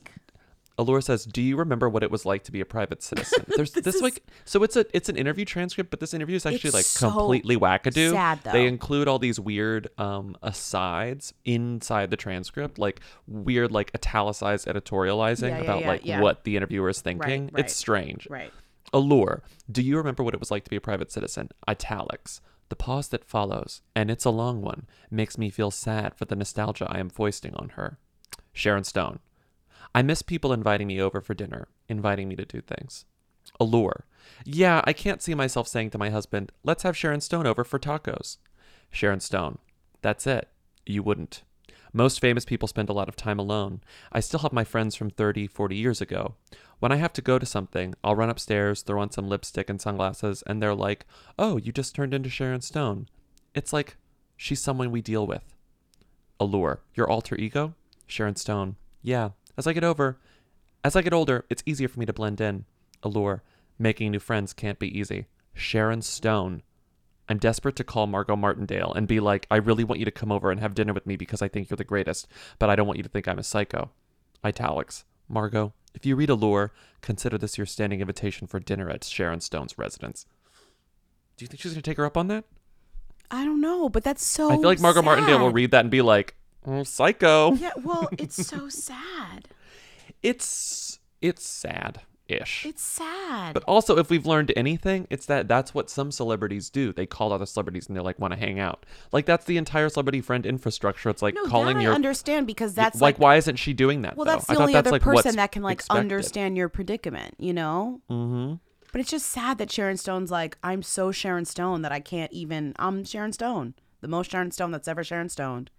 S5: Allure says. Do you remember what it was like to be a private citizen? There's this, like. So it's a it's an interview transcript, but this interview is actually
S6: It's
S5: like
S6: so
S5: completely wackadoo.
S6: sad, though.
S5: They include all these weird um asides inside the transcript, like weird like italicized editorializing
S6: Yeah, yeah,
S5: about
S6: yeah,
S5: like
S6: yeah.
S5: what the interviewer is thinking.
S6: right.
S5: It's strange.
S6: Right.
S5: Allure. Do you remember what it was like to be a private citizen? Italics. The pause that follows, and it's a long one, makes me feel sad for the nostalgia I am foisting on her. Sharon Stone. I miss people inviting me over for dinner, inviting me to do things. Allure. Yeah, I can't see myself saying to my husband, let's have Sharon Stone over for tacos. Sharon Stone. That's it. You wouldn't. Most famous people spend a lot of time alone. I still have my friends from 30, 40 years ago. When I have to go to something, I'll run upstairs, throw on some lipstick and sunglasses, and they're like, oh, you just turned into Sharon Stone. It's like, she's someone we deal with. Allure. Your alter ego? Sharon Stone. Yeah. As I get over, as I get older, it's easier for me to blend in. Allure. Making new friends can't be easy. Sharon Stone. I'm desperate to call Margot Martindale and be like, I really want you to come over and have dinner with me because I think you're the greatest, but I don't want you to think I'm a psycho. Italics. Margot, if you read Allure, consider this your standing invitation for dinner at Sharon Stone's residence. Do you think she's going to take her up on that?
S6: I don't know, but that's so
S5: I feel like Margot Martindale will
S6: Oh, sad.
S5: read that and be like, "Mm, psycho.
S6: Yeah, well, it's so sad.
S5: It's it's sad. ish.
S6: It's sad.
S5: But also, if we've learned anything, it's that that's what some celebrities do. They call other celebrities and they like want to hang out. Like that's the entire celebrity friend infrastructure. It's like
S6: no,
S5: calling
S6: that
S5: your
S6: I understand because that's
S5: like,
S6: like,
S5: why isn't she doing that?
S6: well,
S5: though?
S6: that's
S5: I
S6: the
S5: thought
S6: only
S5: that's
S6: other
S5: like what's
S6: person that can like
S5: expected.
S6: understand your predicament, you know.
S5: Mm-hmm.
S6: But it's just sad that Sharon Stone's like, I'm so Sharon Stone that I can't even. I'm Sharon Stone, the most Sharon Stone that's ever Sharon Stoned.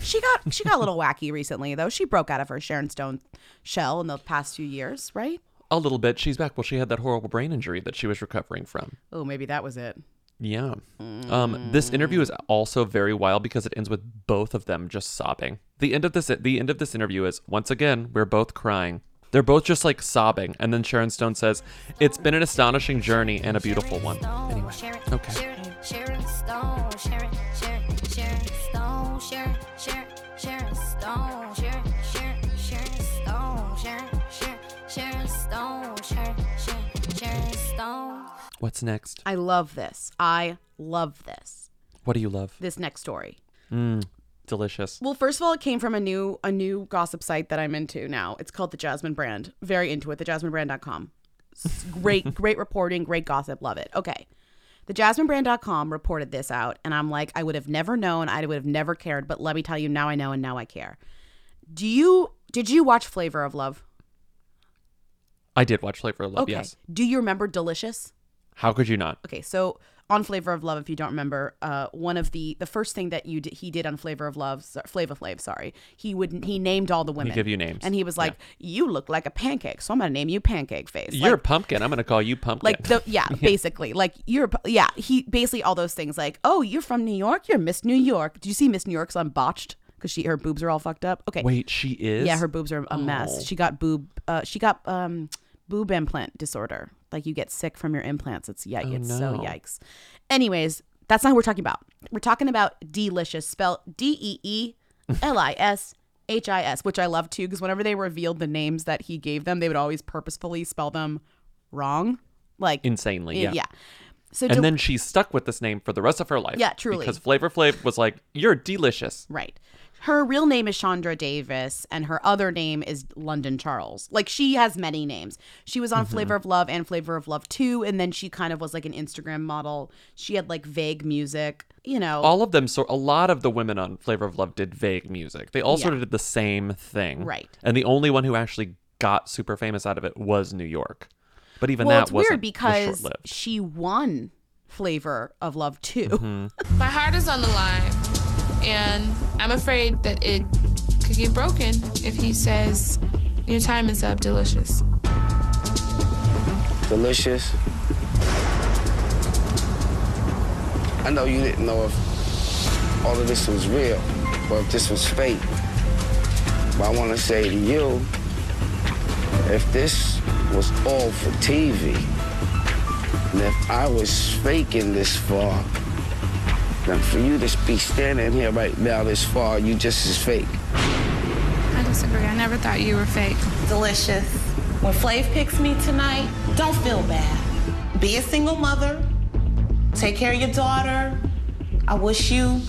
S6: She got she got a little wacky recently though. She broke out of her Sharon Stone shell in the past few years, right?
S5: A little bit. She's back. Well, she had that horrible brain injury that she was recovering from.
S6: Oh, maybe that was it.
S5: Yeah. Um, this interview is also very wild because it ends with both of them just sobbing. The end of this the end of this interview is once again we're both crying. They're both just like sobbing, and then Sharon Stone says, "It's been an astonishing journey and a beautiful one." Anyway, okay.
S20: Sharon, Sharon Stone, Sharon, Sharon, Sharon Stone, Sharon, Sharon, Sharon Stone, Sharon, Sharon, Sharon Stone, Sharon, Sharon, Sharon Stone, Sharon, Sharon, Sharon Stone.
S5: What's next?
S6: I love this. I love this.
S5: What do you love?
S6: This next story.
S5: Mm, delicious.
S6: Well, first of all, it came from a new a new gossip site that I'm into now. It's called the Jasmine Brand. Very into it. TheJasmineBrand.com. S- Great, great reporting, great gossip. Love it. Okay. TheJasmineBrand.com reported this out, and I'm like, I would have never known. I would have never cared. But let me tell you, now I know, and now I care. Do you? Did you watch Flavor of Love?
S5: I did watch Flavor of Love.
S6: okay.
S5: Yes.
S6: Do you remember Delicious?
S5: How could you not?
S6: Okay, so on Flavor of Love, if you don't remember, uh, one of the the first thing that you did, he did on Flavor of Love, so- Flava Flav, sorry, he would he named all the women.
S5: give you names.
S6: and he was like, "You look like a pancake, so I'm gonna name you Pancake Face."
S5: You're a
S6: like,
S5: pumpkin. I'm gonna call you pumpkin.
S6: like the yeah, basically, like you're yeah, he basically all those things like, "Oh, you're from New York, you're Miss New York." Do you see Miss New York's on botched because she her boobs are all fucked up? Okay,
S5: Wait, she is.
S6: yeah, her boobs are a mess.
S5: Oh.
S6: She got boob. Uh, she got um, boob implant disorder. Like you get sick from your implants. It's yikes.
S5: Oh,
S6: it's so
S5: no.
S6: yikes. Anyways, that's not what we're talking about. We're talking about delicious, spelled D E E L I S H I S, which I love too because whenever they revealed the names that he gave them, they would always purposefully spell them wrong. Like
S5: Insanely,
S6: eh,
S5: yeah.
S6: So
S5: and
S6: del-
S5: then she's stuck with this name for the rest of her life.
S6: Yeah, truly.
S5: Because Flavor Flav was like, "You're delicious."
S6: Right. Her real name is Chandra Davis, and her other name is London Charles. Like she has many names. She was on
S5: Mm-hmm.
S4: Mhm.
S6: Flavor of Love and Flavor of Love 2, and then she kind of was like an Instagram model. She had like vague music, you know.
S5: All of them, so a lot of the women on Flavor of Love did vague music. They all
S6: Yeah.
S5: sort of did the same thing.
S6: Right.
S5: And the only one who actually got super famous out of it was New York. But even
S6: well,
S5: that
S6: it's
S5: wasn't
S6: weird
S5: was
S6: because
S5: short-lived.
S6: she won Flavor of Love 2.
S5: Mm-hmm.
S22: My heart is on the line, and I'm afraid that it could get broken if he says, Your time is up, delicious.
S8: Delicious. I know you didn't know if all of this was real or if this was fake. But I want to say to you, if this was all for TV, and if I was faking this far, then for you to be standing here right now this far, you just as fake.
S22: I disagree. I never thought you were fake.
S23: Delicious. When Flav picks me tonight, don't feel bad. Be a single mother. Take care of your daughter. I wish you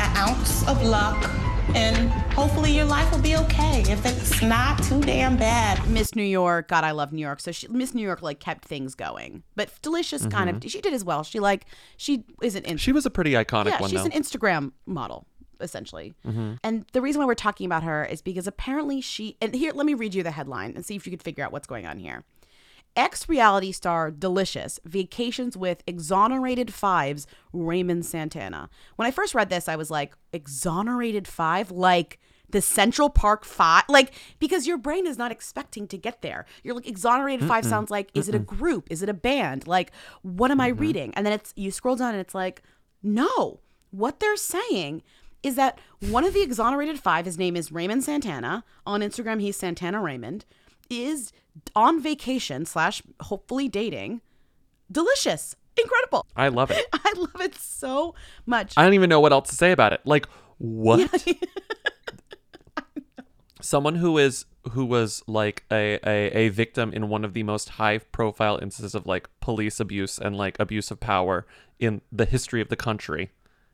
S23: an ounce of luck. And hopefully your life will be okay. If it's not too damn bad.
S6: Miss New York. God, I love New York. So she, Miss New York like kept things going. But Delicious kind of
S5: Mhm.
S6: she did as well. She like she isn't in
S5: She was a pretty iconic
S6: yeah,
S5: one,
S6: she's
S5: though.
S6: an Instagram model essentially.
S5: Mhm.
S6: And the reason why we're talking about her is because apparently she and here let me read you the headline and see if you could figure out what's going on here. Ex reality star Delicious vacations with exonerated fives Raymond Santana. When I first read this, I was like, exonerated five? Like the Central Park five? Like, because your brain is not expecting to get there. You're like, exonerated five
S4: Mm-mm.
S6: sounds like, is it a
S4: Mm-mm.
S6: group? Is it a band? Like, what am I reading? And then it's, you scroll down and it's like, no, what they're saying is that one of the exonerated five, his name is Raymond Santana. On Instagram, he's Santana Raymond, is on vacation slash hopefully dating. Delicious. Incredible.
S5: I love it.
S6: I love it so much.
S5: I don't even know what else to say about it. Like what? Someone who is who was like a, a a victim in one of the most high profile instances of like police abuse and like abuse of power in the history of the country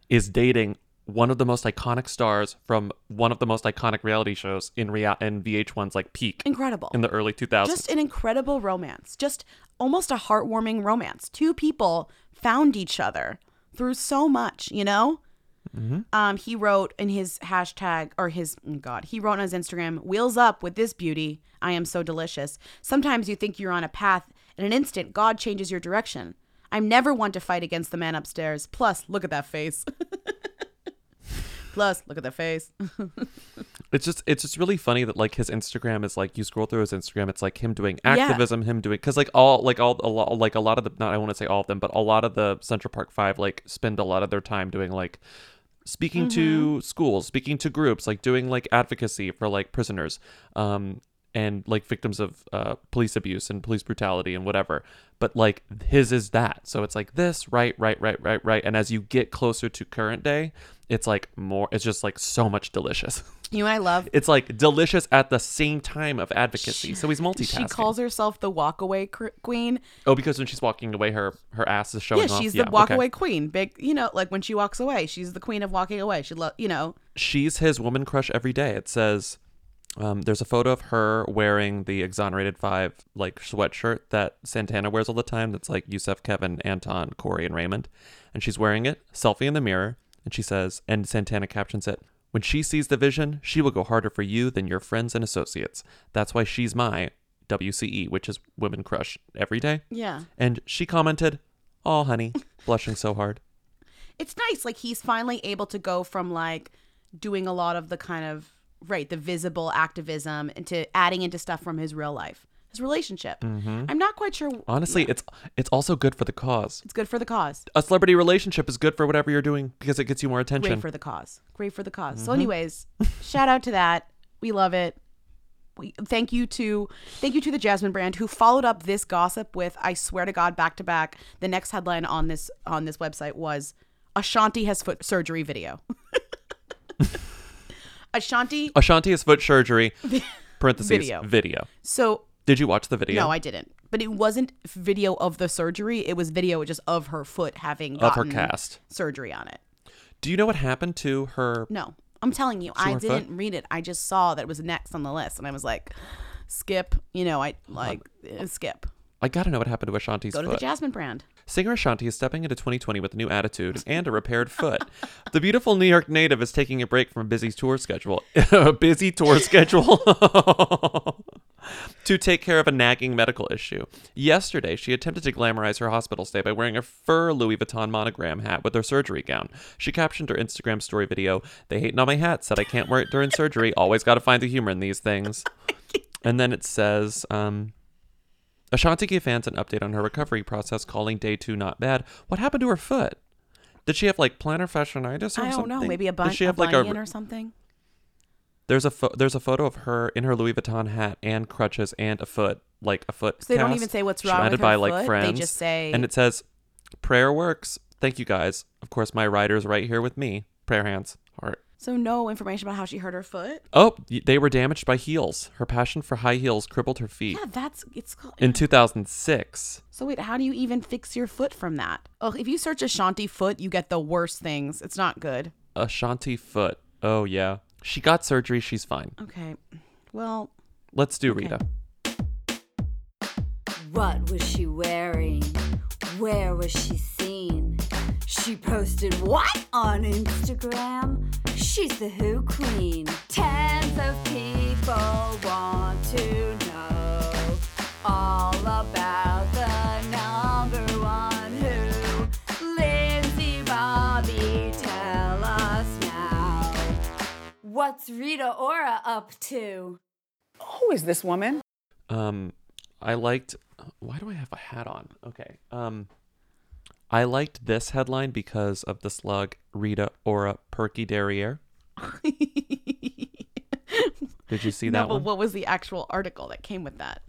S5: is dating one of the most iconic stars from one of the most iconic reality shows in rea- in VH1's like peak.
S6: Incredible.
S5: In the early 2000s.
S6: Just an incredible romance. Just almost a heartwarming romance. Two people found each other through so much, you know?
S5: Mhm.
S6: Um, he wrote in his hashtag or his oh God, he wrote on his Instagram, "Wheels up with this beauty. I am so delicious. Sometimes you think you're on a path, in an instant, God changes your direction. I'm never one to fight against the man upstairs. Plus, look at that face. Plus, look at that face.
S5: It's just it's just really funny that like his Instagram is like you scroll through his Instagram, it's like him doing
S6: Yeah.
S5: activism, him doing because like all like all a lot like a lot of the not I want to say all of them, but a lot of the Central Park Five like spend a lot of their time doing like speaking to schools, speaking to groups, like doing like advocacy for like prisoners, um and like victims of uh police abuse and police brutality and whatever. But like his is that, so it's like this right right right right right, and as you get closer to current day, it's like more it's just like so much delicious.
S6: you know what I love?
S5: It's like delicious at the same time of advocacy. so he's multitasking.
S6: She calls herself the walkaway cr- queen.
S5: oh, because when she's walking away, her her ass is showing
S6: yeah,
S5: off.
S6: she's
S5: yeah,
S6: the walk
S5: okay.
S6: away queen. Big, you know, like when she walks away, she's the queen of walking away. She love, you know,
S5: She's his woman crush every day. It says um, there's a photo of her wearing the Exonerated Five like sweatshirt that Santana wears all the time. That's like Yusef, Kevin, Anton, Corey, and Raymond, and she's wearing it. Selfie in the mirror, and she says, and Santana captions it. When she sees the vision, she will go harder for you than your friends and associates. That's why she's my WCE, which is Women Crush every day.
S6: Yeah.
S5: And she commented, "Oh, honey, blushing so hard."
S6: it's nice. Like he's finally able to go from like doing a lot of the kind of right the visible activism into adding into stuff from his real life, his relationship.
S5: Mhm.
S6: I'm not quite sure.
S5: Honestly, it's it's also good for the cause.
S6: It's good for the cause.
S5: A celebrity relationship is good for whatever you're doing because it gets you more attention.
S6: Great for the cause. Great for the because So,
S5: Mhm.
S6: anyways, shout out to that. We love it. We thank you to thank you to the Jasmine brand who followed up this gossip with I swear to God back to back. The next headline on this on this website was Ashanti has foot surgery video. Ashanti
S5: Ashanti has foot surgery. Parentheses
S6: Video.
S5: video.
S6: So
S5: Did you watch the video?
S6: no, I didn't. But it wasn't video of the surgery. It was video just of her foot having
S5: Of her
S6: gotten
S5: cast.
S6: surgery on it.
S5: Do you know what happened to her?
S6: No, I'm telling you,
S5: She
S6: I
S5: went
S6: didn't
S5: foot?
S6: read it. I just saw that it was next on the list, and I was like, skip. You know, I like eh, skip.
S5: I gotta know what happened to Ashanti's
S6: Go to
S5: Uh-huh. foot.
S6: the Jasmine brand.
S5: Singer Ashanti is stepping into 2020 with a new attitude and a repaired foot. the beautiful New York native is taking a break from a busy tour schedule. a busy tour schedule. to take care of a nagging medical issue. Yesterday, she attempted to glamorize her hospital stay by wearing a fur Louis Vuitton monogram hat with her surgery gown. She captioned her Instagram story video, They hating on my hat, said I can't wear it during surgery. Always got to find the humor in these things. And then it says, um, Ashanti gave fans an update on her recovery process, calling day two not bad. What happened to her foot? Did she have like plantar fasciitis or
S6: I don't
S5: something?
S6: know, maybe a, bun-
S5: Does she
S6: a
S5: have like
S6: bunion
S5: a
S6: or something.
S5: there's a pho- there's a photo of her in her Louis Vuitton hat and crutches and a foot like a foot.
S6: So they don't
S5: cast,
S6: even say what's wrong
S5: surrounded
S6: with her
S5: by
S6: foot,
S5: like
S6: they
S5: friends.
S6: just say-
S5: and it says, "Prayer works." Thank you guys. Of course, my rider's right here with me. Prayer hands, heart.
S6: So no information about how she hurt her foot.
S5: Oh, y- they were damaged by heels. Her passion for high heels crippled her feet.
S6: Yeah, that's it's. called-
S5: In 2006,
S6: So wait, how do you even fix your foot from that? Oh, if you search Ashanti foot, you get the worst things. It's not good.
S5: Ashanti foot. Oh yeah, she got surgery. She's fine.
S6: Okay, well,
S5: Let's do Rita.
S4: What was she wearing? Where was she seen? She posted what on Instagram? She's the Who Queen. Tens of people want to know all about the number one Who. Lindsay Bobby, tell us now. What's Rita Ora up to?
S7: Who is this woman?
S5: Um, I liked. Why do I have a hat on? Okay. Um, I liked this headline because of the slug Rita Ora Perky Derriere. Did you see
S6: no.
S5: that
S6: But
S5: one?
S6: what was the actual article that came with that?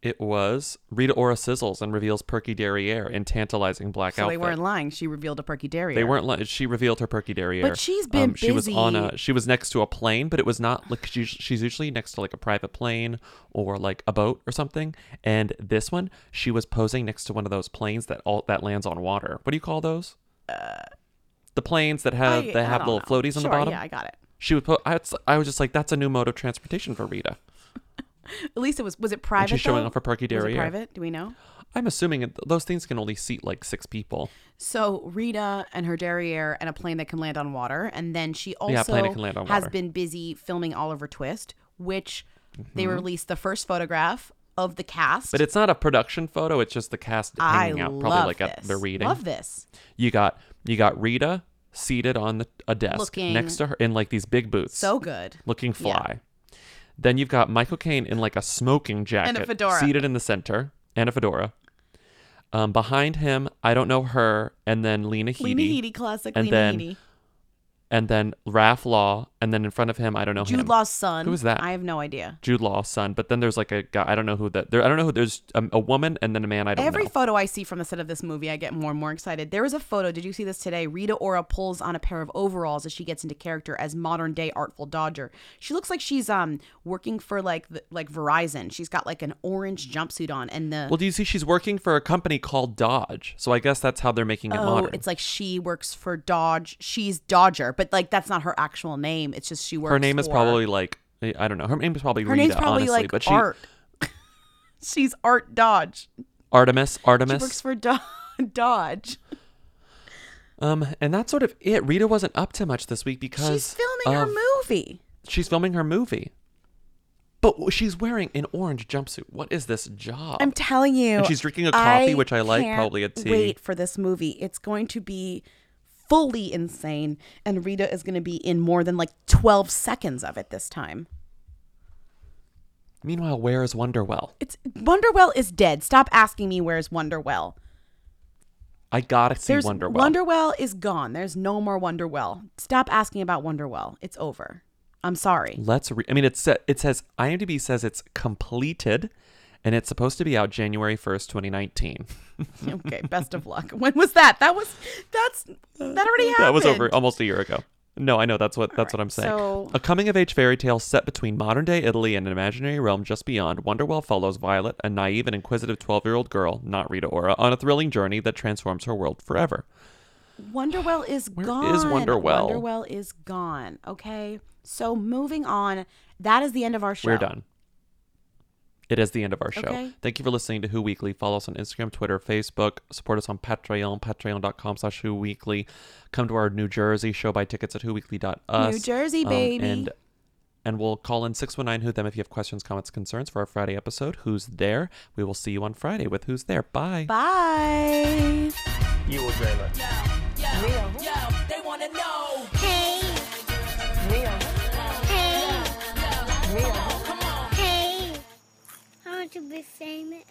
S5: It was Rita Ora sizzles and reveals Perky Derriere in tantalizing black
S6: so
S5: outfit.
S6: they weren't lying. She revealed a perky dairy.
S5: They weren't. li- She revealed her perky derriere. Um,
S6: But she's been
S5: She was on
S6: busy.
S5: a. She was next to a plane, but it was not like she's, she's usually next to like a private plane or like a boat or something. And this one, she was posing next to one of those planes that all that lands on water. What do you call those? Uh, the planes that have
S6: I-
S5: they
S6: I
S5: have
S6: don't
S5: little
S6: know.
S5: floaties on the
S6: Sure,
S5: bottom.
S6: yeah, I got it.
S5: She would put. I was, I was just like, that's a new mode of transportation for Rita.
S6: At least it was. Was it private?
S5: she's showing
S6: though?
S5: off her perky
S6: Was it
S5: derriere.
S6: private? Do we know?
S5: I'm assuming it- those things can only seat like six people.
S6: So Rita and her derriere and a plane that can land on water, and then she also
S5: Yeah, plane that can land on
S6: has
S5: water.
S6: been busy filming Oliver Twist, which they
S5: Mhm.
S6: released the first photograph of the cast.
S5: But it's not a production photo. It's just the cast
S6: I
S5: hanging out,
S6: love
S5: probably like at
S6: this.
S5: the reading.
S6: Love this.
S5: You got you got Rita seated on the, a desk
S6: Looking-
S5: next to her in like these big boots.
S6: So good.
S5: looking
S6: Yeah.
S5: fly. Then you've got Michael Caine in like a smoking jacket,
S6: And a fedora.
S5: seated in the center, and a fedora. Um, behind him, I don't know her, and then Lena Headey,
S6: Lena Headey, classic
S5: and
S6: Lena
S5: then
S6: Headey.
S5: and then Raph Law, and then in front of him, I don't know
S6: Jude
S5: him.
S6: Law's son.
S5: Who is that?
S6: I have no idea.
S5: Jude Law's son. But then there's like a guy. I don't know who that. There, I don't know who. There's a, a woman and then a man. I don't
S6: Every
S5: know.
S6: photo I see from the set of this movie, I get more and more excited. There was a photo. Did you see this today? Rita Ora pulls on a pair of overalls as she gets into character as modern day artful Dodger. She looks like she's um working for like the, like Verizon. She's got like an orange jumpsuit on and the
S5: Well, do you see she's working for a company called Dodge? So I guess that's how they're making it
S6: oh,
S5: modern.
S6: it's like she works for Dodge. She's Dodger, but like that's not her actual name. It's just she works.
S5: Her name is
S6: for-
S5: probably like eh, I don't know. Her name is probably
S6: her
S5: Rita,
S6: name's probably
S5: honestly.
S6: like
S5: but she
S6: Art. she's Art Dodge.
S5: Artemis, Artemis.
S6: She works for Do- Dodge.
S5: Um, and that's sort of it. Rita wasn't up to much this week because
S6: She's filming her
S5: of-
S6: movie.
S5: She's filming her movie, but w- she's wearing an orange jumpsuit. What is this job?
S6: I'm telling you.
S5: And she's drinking a coffee,
S6: I
S5: which I like,
S6: can't
S5: probably a tea.
S6: Wait for this movie. It's going to be fully insane, and Rita is going to be in more than like 12 seconds of it this time.
S5: Meanwhile, where is Wonderwell?
S6: It's Wonderwell is dead. Stop asking me where's Wonderwell.
S5: I gotta see
S6: There's
S5: Wonderwell.
S6: Wonderwell is gone. There's no more Wonderwell. Stop asking about Wonderwell. It's over. I'm sorry.
S5: Let's. Re- I mean, it sa- it says IMDb says it's completed, and it's supposed to be out January first, 2019.
S6: okay, best of luck. When was that? That was that's that already happened.
S5: that was over almost a year ago. No, I know that's what that's what I'm saying.
S6: so-
S5: A coming of age fairy tale set between modern day Italy and an imaginary realm just beyond. Wonderwell follows Violet, a naive and inquisitive 12 year old girl, not Rita Ora, on a thrilling journey that transforms her world forever.
S6: Wonderwell is gone.
S5: Wonderwell?
S6: Wonderwell is gone. Okay. So moving on, that is the end of our show.
S5: We're done. It is the end of our show.
S6: Okay.
S5: Thank you for listening to Who Weekly. Follow us on Instagram, Twitter, Facebook. Support us on Patreon, patreon.com slash Who Weekly. Come to our New Jersey show. Buy tickets at whoweekly.us.
S6: New Jersey, baby.
S5: Um, and, and we'll call in 619 Who Them if you have questions, comments, concerns for our Friday episode. Who's There? We will see you on Friday with Who's There. Bye.
S6: Bye.
S5: You will dream it.
S20: They wanna know. Hey. Real. Hey. Real. Come on. Hey.
S1: I want to be famous.